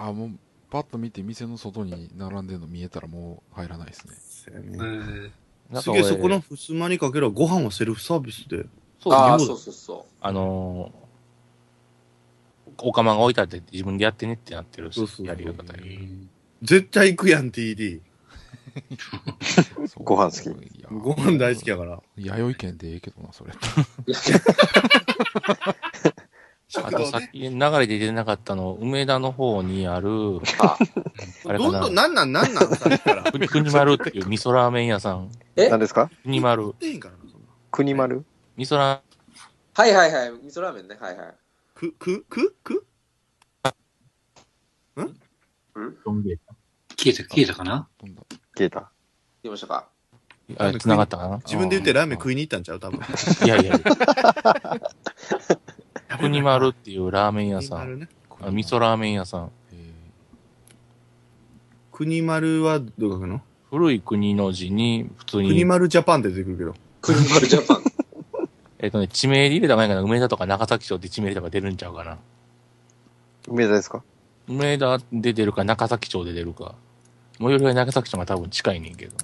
Speaker 4: ああ、もう、パッと見て店の外に並んでるの見えたらもう入らないですね。
Speaker 2: えー
Speaker 7: あ。なん
Speaker 1: す
Speaker 7: か
Speaker 1: げ
Speaker 7: 俺
Speaker 1: え、そこのふすまにかけろ、ご飯はセルフサービスで。
Speaker 7: そう
Speaker 6: あ
Speaker 7: あ
Speaker 6: あ、
Speaker 1: そう
Speaker 6: そうそうそ
Speaker 7: のー、お釜が置いてあって自分でやってねってなってる
Speaker 1: そうそうそう
Speaker 7: やり方
Speaker 2: う
Speaker 7: よ。
Speaker 2: ん
Speaker 1: 絶対行くやん、TD。
Speaker 4: そう
Speaker 3: ご飯好
Speaker 4: いや
Speaker 1: ご飯大好きやから。
Speaker 4: 弥生県でええけどな、それ。
Speaker 6: う。いや
Speaker 7: あ
Speaker 1: 食
Speaker 7: と
Speaker 1: 堂
Speaker 7: さっ
Speaker 1: ね。
Speaker 7: き流れで出てなかったの、梅田の方にある、
Speaker 6: あ
Speaker 7: あれ
Speaker 1: ど
Speaker 7: か
Speaker 1: んどん、
Speaker 7: な、
Speaker 1: なんなん、なんなん、さっきから。
Speaker 7: くにまるっていう味噌ラーメン屋さん。
Speaker 6: え
Speaker 3: 何ですか
Speaker 7: くにまる
Speaker 1: 食。ってへんからな、そんな。
Speaker 3: 国丸
Speaker 7: 味噌ラ
Speaker 6: はいはいはい、味噌ラーメンね、はいはい。
Speaker 1: く、く、く、く
Speaker 7: ーメン。
Speaker 2: 消えた、消えたかな
Speaker 4: どんだ
Speaker 3: 消えた。
Speaker 6: 言いましたか。
Speaker 7: あ、繋がったかな
Speaker 1: 自分で言ってラーメン食いに行ったんちゃう多分。
Speaker 7: いやい やいや。くにまるっていうラーメン屋さ
Speaker 1: 国
Speaker 7: ん。
Speaker 1: 丸ね
Speaker 7: あ味噌ラーメン屋さん。
Speaker 4: え
Speaker 1: 国丸はどう書くの
Speaker 7: 古い国の字に、普通
Speaker 1: 国
Speaker 7: に、
Speaker 1: 丸ジャパンって出てくるけど。
Speaker 6: クルマルジャパン。
Speaker 7: えっ、とね、地名で入れた方がいいかな。梅田とか長崎町って地名とか出るんちゃうかな。
Speaker 3: 梅田ですか
Speaker 7: 梅田で出るか、中崎町で出るか。最寄りは長崎町が多分近いねんけど。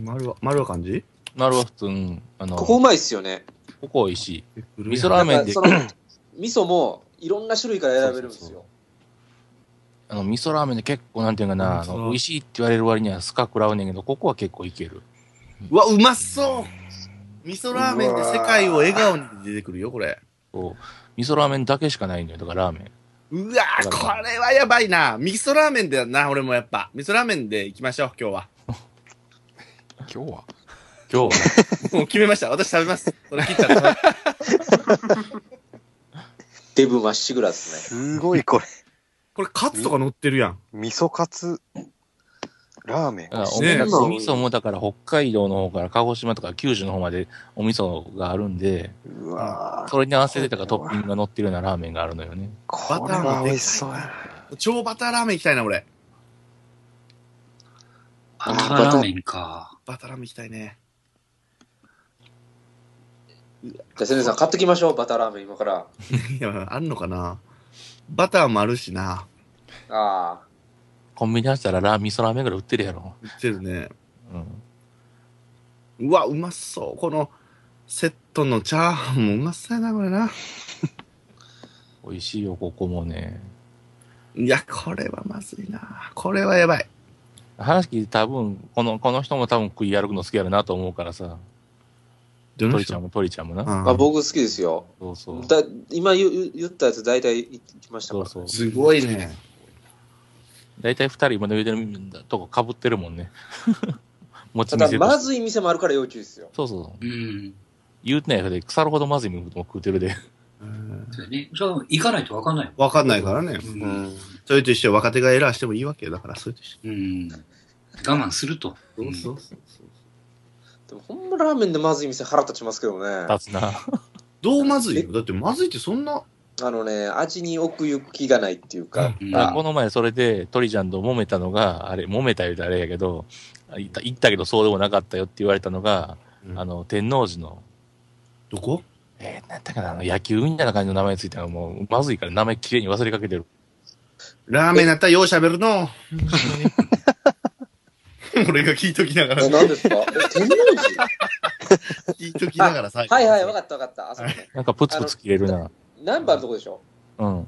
Speaker 1: 丸は、丸は漢字
Speaker 7: なるは普通、うんあの、
Speaker 6: ここうまいっすよね。
Speaker 7: ここ美味しい。味噌
Speaker 1: ー
Speaker 7: ラーメ
Speaker 6: な
Speaker 7: ン
Speaker 6: んか
Speaker 7: で
Speaker 6: そ、の、味噌もいろんな種類から選べるんです
Speaker 7: そうそう
Speaker 6: よ。
Speaker 7: あの、味噌ラーメンで結構なんていうかな、あ
Speaker 1: うんそう
Speaker 7: の、美味しいって言われる割にはスカ食らうねんけど、ここは結構いける。
Speaker 1: うわ、うまそう味噌ラーメンで世界を笑顔に出てくるよ、これ。
Speaker 7: そう。味噌ラーメンだけしかないのよ。だからラーメ
Speaker 1: う
Speaker 7: ン。
Speaker 1: わー、これはやばいな。味噌ラーメンだな、俺もやっぱ。味噌ラーメンで行きましょう、今日 は。
Speaker 4: ー今日は
Speaker 7: 今日は
Speaker 1: もう決めました。私食べます。それ切っちゃった。
Speaker 6: デブまっしぐらですね。
Speaker 3: すごいこれ。
Speaker 1: これ、カツとか乗ってるやん。
Speaker 3: 味噌カツ、ラーメン。
Speaker 7: あお
Speaker 1: ね
Speaker 7: 味噌お味噌もだから北海道の方から鹿児島とか九州の方までお味噌があるんで、
Speaker 3: うわー
Speaker 7: それに合わせてとかトッピングが乗ってるようなラーメンがあるのよね。
Speaker 1: バ
Speaker 3: こ
Speaker 1: タ
Speaker 3: れ
Speaker 1: ー
Speaker 3: は
Speaker 1: もでかい
Speaker 3: 美味しそうやな。
Speaker 1: 超バターラーメン行きたいな、俺。
Speaker 2: バターラーメンか。
Speaker 1: バターラーメン行きたいね。
Speaker 6: じゃあ、せねさん買ってきましょう、バターラーメン今から。
Speaker 1: いや、あんのかな。バターもあるしな。
Speaker 6: ああ。
Speaker 7: コンビニ出したらラー味噌ラーメンぐらい売ってるやろ。
Speaker 1: 売ってるね。
Speaker 7: うん。
Speaker 1: うわ、うまそう。このセットのチャーハンもうまそうやな、これな。
Speaker 7: 美味しいよ、ここもね。
Speaker 1: いや、これはまずいな。これはやばい。
Speaker 7: 話聞いて多分、この、この人も多分食い歩くの好きやろなと思うからさ。
Speaker 1: ど
Speaker 7: 鳥ちゃんも鳥ちゃんもな。
Speaker 1: うん
Speaker 6: まあ、僕好きですよ。
Speaker 7: そうそう。
Speaker 6: だ今言う言ったやつ大体言ってきましたか
Speaker 7: そう
Speaker 6: ら。
Speaker 7: そ
Speaker 1: す
Speaker 7: う。
Speaker 1: ごいね。
Speaker 7: 大体二人今の言うてるとこかぶってるもんね。持ち
Speaker 6: ただ、
Speaker 7: 店と
Speaker 6: ま
Speaker 7: して。
Speaker 6: ずい店もあるから要注意ですよ。
Speaker 7: そうそう。
Speaker 2: うん。
Speaker 7: 言うてないから腐るほどまずいもんも食うてるで。
Speaker 1: うん
Speaker 2: そうだね。それは行かないと分かんないも
Speaker 1: わかんないからね。
Speaker 2: ん。
Speaker 1: うんそれと一緒若手がエラーしてもいいわけだから、それと一緒。
Speaker 2: うん。我慢すると。うん
Speaker 1: そうそうそう
Speaker 6: でも、ほんまラーメンでまずい店腹立ちますけどね。
Speaker 7: 立つな。
Speaker 1: どうまずいのだってまずいってそんな。
Speaker 6: あのね、味に奥行きがないっていうか、
Speaker 2: うん
Speaker 7: あこの前それで鳥ちゃんと揉めたのが、あれ、揉めた言うたらあれやけど、あ言った言ったけどそうでもなかったよって言われたのが、あ
Speaker 1: あの
Speaker 7: の、天王寺の、
Speaker 1: どこ
Speaker 7: えー、なんだかな、あの野球みたいな感じの名前ついたのもう、まずいから名前きれいに忘れかけてる。
Speaker 1: ラーメンだったらよう喋るの。 俺が聞いときながら
Speaker 6: え、、何ですかえ天王寺
Speaker 1: 聞いときながら最後
Speaker 6: はいはい、分かった分かった。あそこね。
Speaker 7: なんかプツプツ切れるな。
Speaker 6: 何番のとこでしょ
Speaker 7: うん。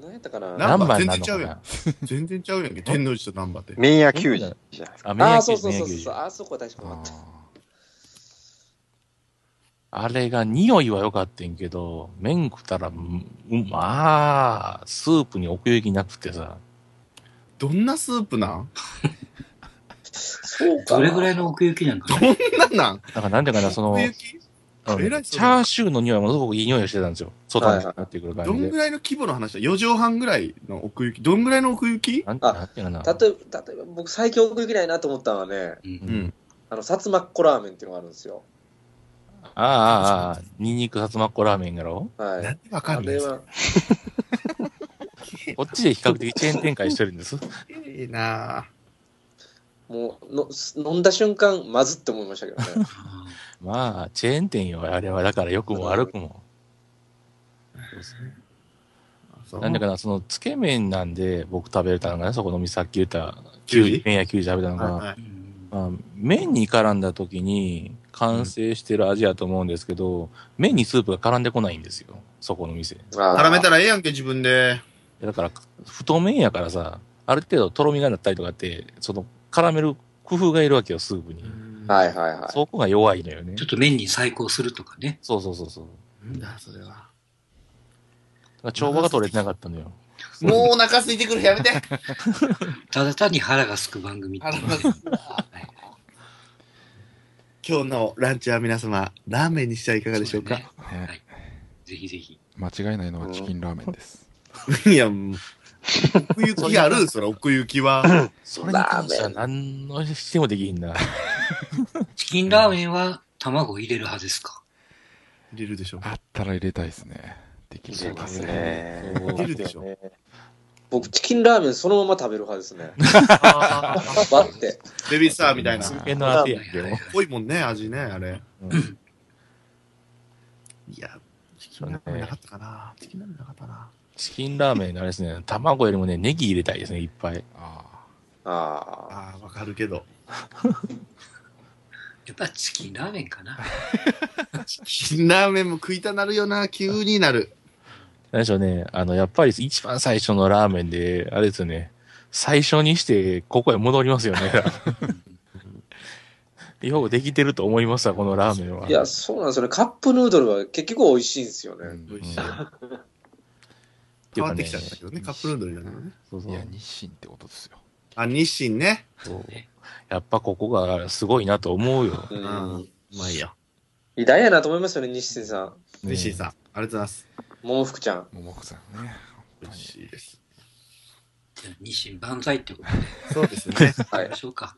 Speaker 6: 何やったかな
Speaker 1: な
Speaker 7: 何番
Speaker 1: 全
Speaker 7: な
Speaker 1: 然
Speaker 7: の
Speaker 1: ちゃ
Speaker 7: か
Speaker 1: うやん
Speaker 7: な。
Speaker 1: 全然ちゃうやんけ。天王寺と難波って。
Speaker 3: 麺屋球児じゃないですか。
Speaker 7: あ、宮
Speaker 6: ああ、そ
Speaker 7: 城
Speaker 6: うそうそう
Speaker 7: 宮
Speaker 6: そう。
Speaker 7: 城
Speaker 6: あそこは確かに分かった。
Speaker 4: あ
Speaker 7: あれが匂いは良かったんけど、麺食ったら、うんうんまあ、スープに奥行きなくてさ、
Speaker 1: どんなスープなん
Speaker 6: そうかな。
Speaker 2: どれぐらいの奥行きなんか
Speaker 1: どんなんなん
Speaker 7: なんかなんていうか な、その、
Speaker 1: 奥行き
Speaker 7: あの
Speaker 1: えらい
Speaker 7: チャーシューの匂いものすごくいい匂いをしてたんですよ。外になってくる感
Speaker 1: ど
Speaker 7: じで。
Speaker 1: んぐらいの規模の話だ ?4 畳半ぐらいの奥行き。どんぐらいの奥行き
Speaker 7: なんてなんていうかな。
Speaker 6: 例えば、例えば僕最強奥行きないなと思ったのはね、
Speaker 2: う。
Speaker 1: うんん。
Speaker 6: あの、さつまっこラーメンっていうのがあるんですよ。
Speaker 7: ああ、ああ、ああ、ニンニクさつまっこラーメンやろ
Speaker 6: は
Speaker 1: ないん。でわか
Speaker 6: あ
Speaker 1: んない
Speaker 6: れ
Speaker 1: の
Speaker 6: は、
Speaker 7: こっちで比較的チェーン展開してるんです。
Speaker 1: いいなぁ。
Speaker 6: もうの、飲んだ瞬間、まずって思いましたけ どね。
Speaker 2: あ
Speaker 7: まあ、チェーン店よ、あれは。だから良くも悪くも。
Speaker 1: そう
Speaker 7: なんだかな、その、つけ麺なんで僕食べれたのがね、そこのみさっき言った、
Speaker 1: きゅうじ
Speaker 7: 麺やきゅうじ食べたのが、
Speaker 1: はいはい
Speaker 2: ーうん
Speaker 7: まあ、麺に絡んだ時に完成してる味やと思うんですけど、麺にスープが絡んでこないんですよ。そこの店。
Speaker 1: 絡めた
Speaker 6: ら。
Speaker 1: らええやんけ、自分で。
Speaker 7: だから、太麺やからさ、ある程度とろみがなったりとかって、その、絡める工夫がいるわけよ、スープに。
Speaker 6: はいはいはい。
Speaker 7: そこが弱いのよね
Speaker 2: ちょ。っと麺に再興するとかね。
Speaker 7: そうそうそうそう。
Speaker 1: なんだ、それは。
Speaker 7: だから調和が取れてなかったのよ。
Speaker 1: もうお腹空いてくる、 やめて。
Speaker 2: ただ単に腹がすく番組っていうね。
Speaker 1: 今日のランチは皆様、ラーメンにしてはいかがでしょうか。
Speaker 2: そ
Speaker 4: あ
Speaker 2: だね
Speaker 4: ね
Speaker 2: ぜひぜひ。
Speaker 4: 間違いないのはチキンラーメンです。
Speaker 1: いや、もう奥行きあるそら、奥行きは。
Speaker 7: それに関しては何のしてもできひんな。
Speaker 2: チキンラーメンは卵を入れる派ですか
Speaker 1: 入れるでしょ。
Speaker 4: あったら入れたいですね。でき
Speaker 3: 入れ
Speaker 4: れば
Speaker 3: ますね。
Speaker 1: 入れるでしょ。
Speaker 6: 僕、チキンラーメンそのまま食べる派ですね。バッて。
Speaker 1: ベビースターみたいな。
Speaker 7: 真剣の当てやんけ
Speaker 2: はいはい
Speaker 7: ど
Speaker 2: は。い
Speaker 1: 濃いもんね、味ね、あれ。
Speaker 7: うん
Speaker 1: いや、チキンラーメンなかったかな。チキンラーメンなかったな。
Speaker 7: チキンラーメンのあれですね、卵よりもね、ネギ入れたいですね、いっぱい。
Speaker 4: あ
Speaker 6: ああ。
Speaker 1: ああ、わかるけど。
Speaker 2: やっぱチキンラーメンかな。
Speaker 1: チキンラーメンも食いたなるよな、急になる。
Speaker 7: 何でしょうね、あの、やっぱり一番最初のラーメンで、あれですよね、最初にして、ここへ戻りますよね。ようできてると思いますわ、このラーメンは。
Speaker 6: いや、そうなんですよね。カップヌードルは結局美味しいんですよね。
Speaker 7: うん
Speaker 1: 美味しい
Speaker 7: てい
Speaker 1: 変わ
Speaker 7: うか
Speaker 1: っ
Speaker 7: ね
Speaker 1: てきちゃったけどね、カップヌードルになるのね。
Speaker 7: そうそ
Speaker 4: あ。
Speaker 7: う
Speaker 4: いや、日清ってことですよ。
Speaker 1: あ、日清ね。
Speaker 7: そうやっぱここがすごいなと思うよ。
Speaker 6: う。。
Speaker 1: うんうまいよ。
Speaker 6: 偉大やなと思いますよね、西田さん。
Speaker 7: ね
Speaker 1: 日清さん、ありがとうございます。
Speaker 6: 桃福ちゃん。
Speaker 4: 桃子さんね。
Speaker 1: 美味しいです。
Speaker 2: じゃあ日清万歳ってことで
Speaker 1: そうですね。
Speaker 6: はい
Speaker 2: やりましょうか。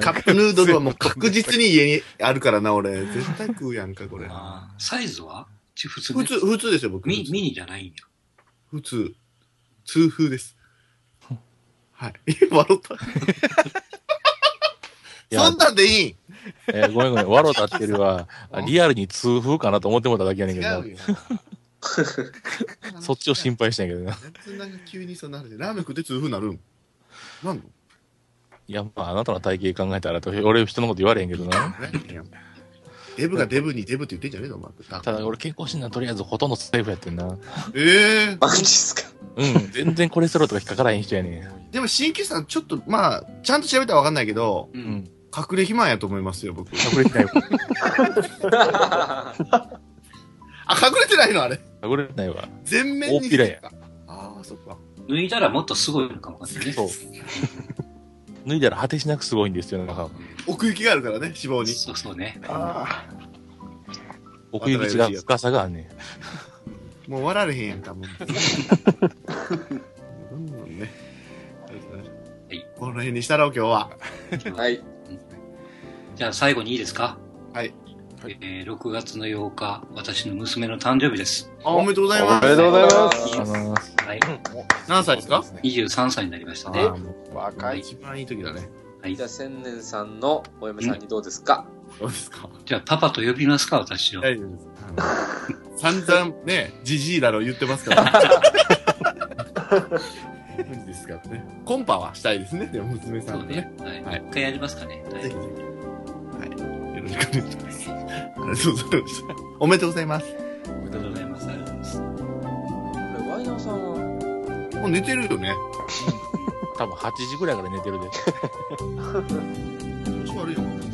Speaker 1: カップヌードルはもう確実に家にあるからな、俺。絶対食うやんか、これ。
Speaker 2: あーサイズはち普通
Speaker 1: 普通、普通ですよ、僕。
Speaker 2: ミミニじゃないんや。
Speaker 1: 普通。通風です。はい。 え笑っ
Speaker 7: い
Speaker 1: た。
Speaker 7: や
Speaker 1: そんなんでいい
Speaker 7: えーごめんごめん、わろたってる は、あリアルに痛風かなと思ってもらっただけやねん
Speaker 1: 違
Speaker 7: け
Speaker 1: うよ。
Speaker 7: ど、そっちを心配したんやけどな。
Speaker 1: なんでなんか急にそうなるでラーメン食って痛風なるんなんの
Speaker 7: いや、まあ、あなたの体型考えたらと、俺人のこと言われへんけどな。
Speaker 1: デブがデブにデブって言ってんじゃねえぞ、お前。
Speaker 7: ただ、俺健康診断とりあえずほとんどセーフやってんな。
Speaker 1: ええ
Speaker 6: マジっすか。
Speaker 7: うん、全然コレステロールとか引っかからへん人やね。
Speaker 1: でも、新旧さん、ちょっと、まあ、ちゃんと調べたらわかんないけど、
Speaker 6: うん
Speaker 1: 隠れ肥満やと思いますよ、僕。
Speaker 7: 隠れてないわ。
Speaker 1: あ、隠れてないのあれ。
Speaker 7: 隠れてないわ。
Speaker 1: 全面に。
Speaker 7: 大っぴらや。
Speaker 1: ああ、そっか。
Speaker 2: 脱いだらもっとすごいのかもわかんないね。
Speaker 7: そう。脱いだら果てしなくすごいんですよ、なんか。
Speaker 1: 奥行きがあるからね、脂肪に。
Speaker 2: そうそうね。
Speaker 5: あ
Speaker 7: 奥行きが深さがあんねん。
Speaker 1: もう終わられへんやんか、もう。 どんどんね。
Speaker 2: い
Speaker 1: この辺にしたろう、今日は。
Speaker 6: はい。。
Speaker 2: じゃあ最後にいいですか
Speaker 1: はい。
Speaker 2: えー6月の8日、私の娘の誕生日です。
Speaker 1: あ、おめでとうございま。
Speaker 3: おめですとうございます
Speaker 7: あのー
Speaker 2: はい。
Speaker 1: 何歳ですか
Speaker 2: 23歳になりましたね。
Speaker 1: あもう
Speaker 3: 若い。
Speaker 1: 一番いい時だね。
Speaker 2: はい
Speaker 6: じゃ。あ、千年さんのお嫁さんにどうですか
Speaker 1: そうですか。
Speaker 2: じゃあパパと呼びますか、私を。
Speaker 1: 大丈夫です。あの散々ね、じじいだろ言ってますから。 無理ですからね。コンパはしたいですね、でも娘さ
Speaker 2: そ
Speaker 1: ん
Speaker 2: う
Speaker 1: とね。
Speaker 2: ね。
Speaker 1: は
Speaker 2: はい。
Speaker 1: い
Speaker 2: もう一回やりますかね。は
Speaker 1: ぜひぜ
Speaker 2: い。
Speaker 1: ひ。はい。よろしくお願いします。ありがとうございました。おめでとうございます。
Speaker 2: ありがとうございます。ありがとうございます。
Speaker 6: ワイナさんは、
Speaker 1: もう寝てるよね。
Speaker 7: 多分8時ぐらいから寝てるで。
Speaker 1: 調子悪いよ。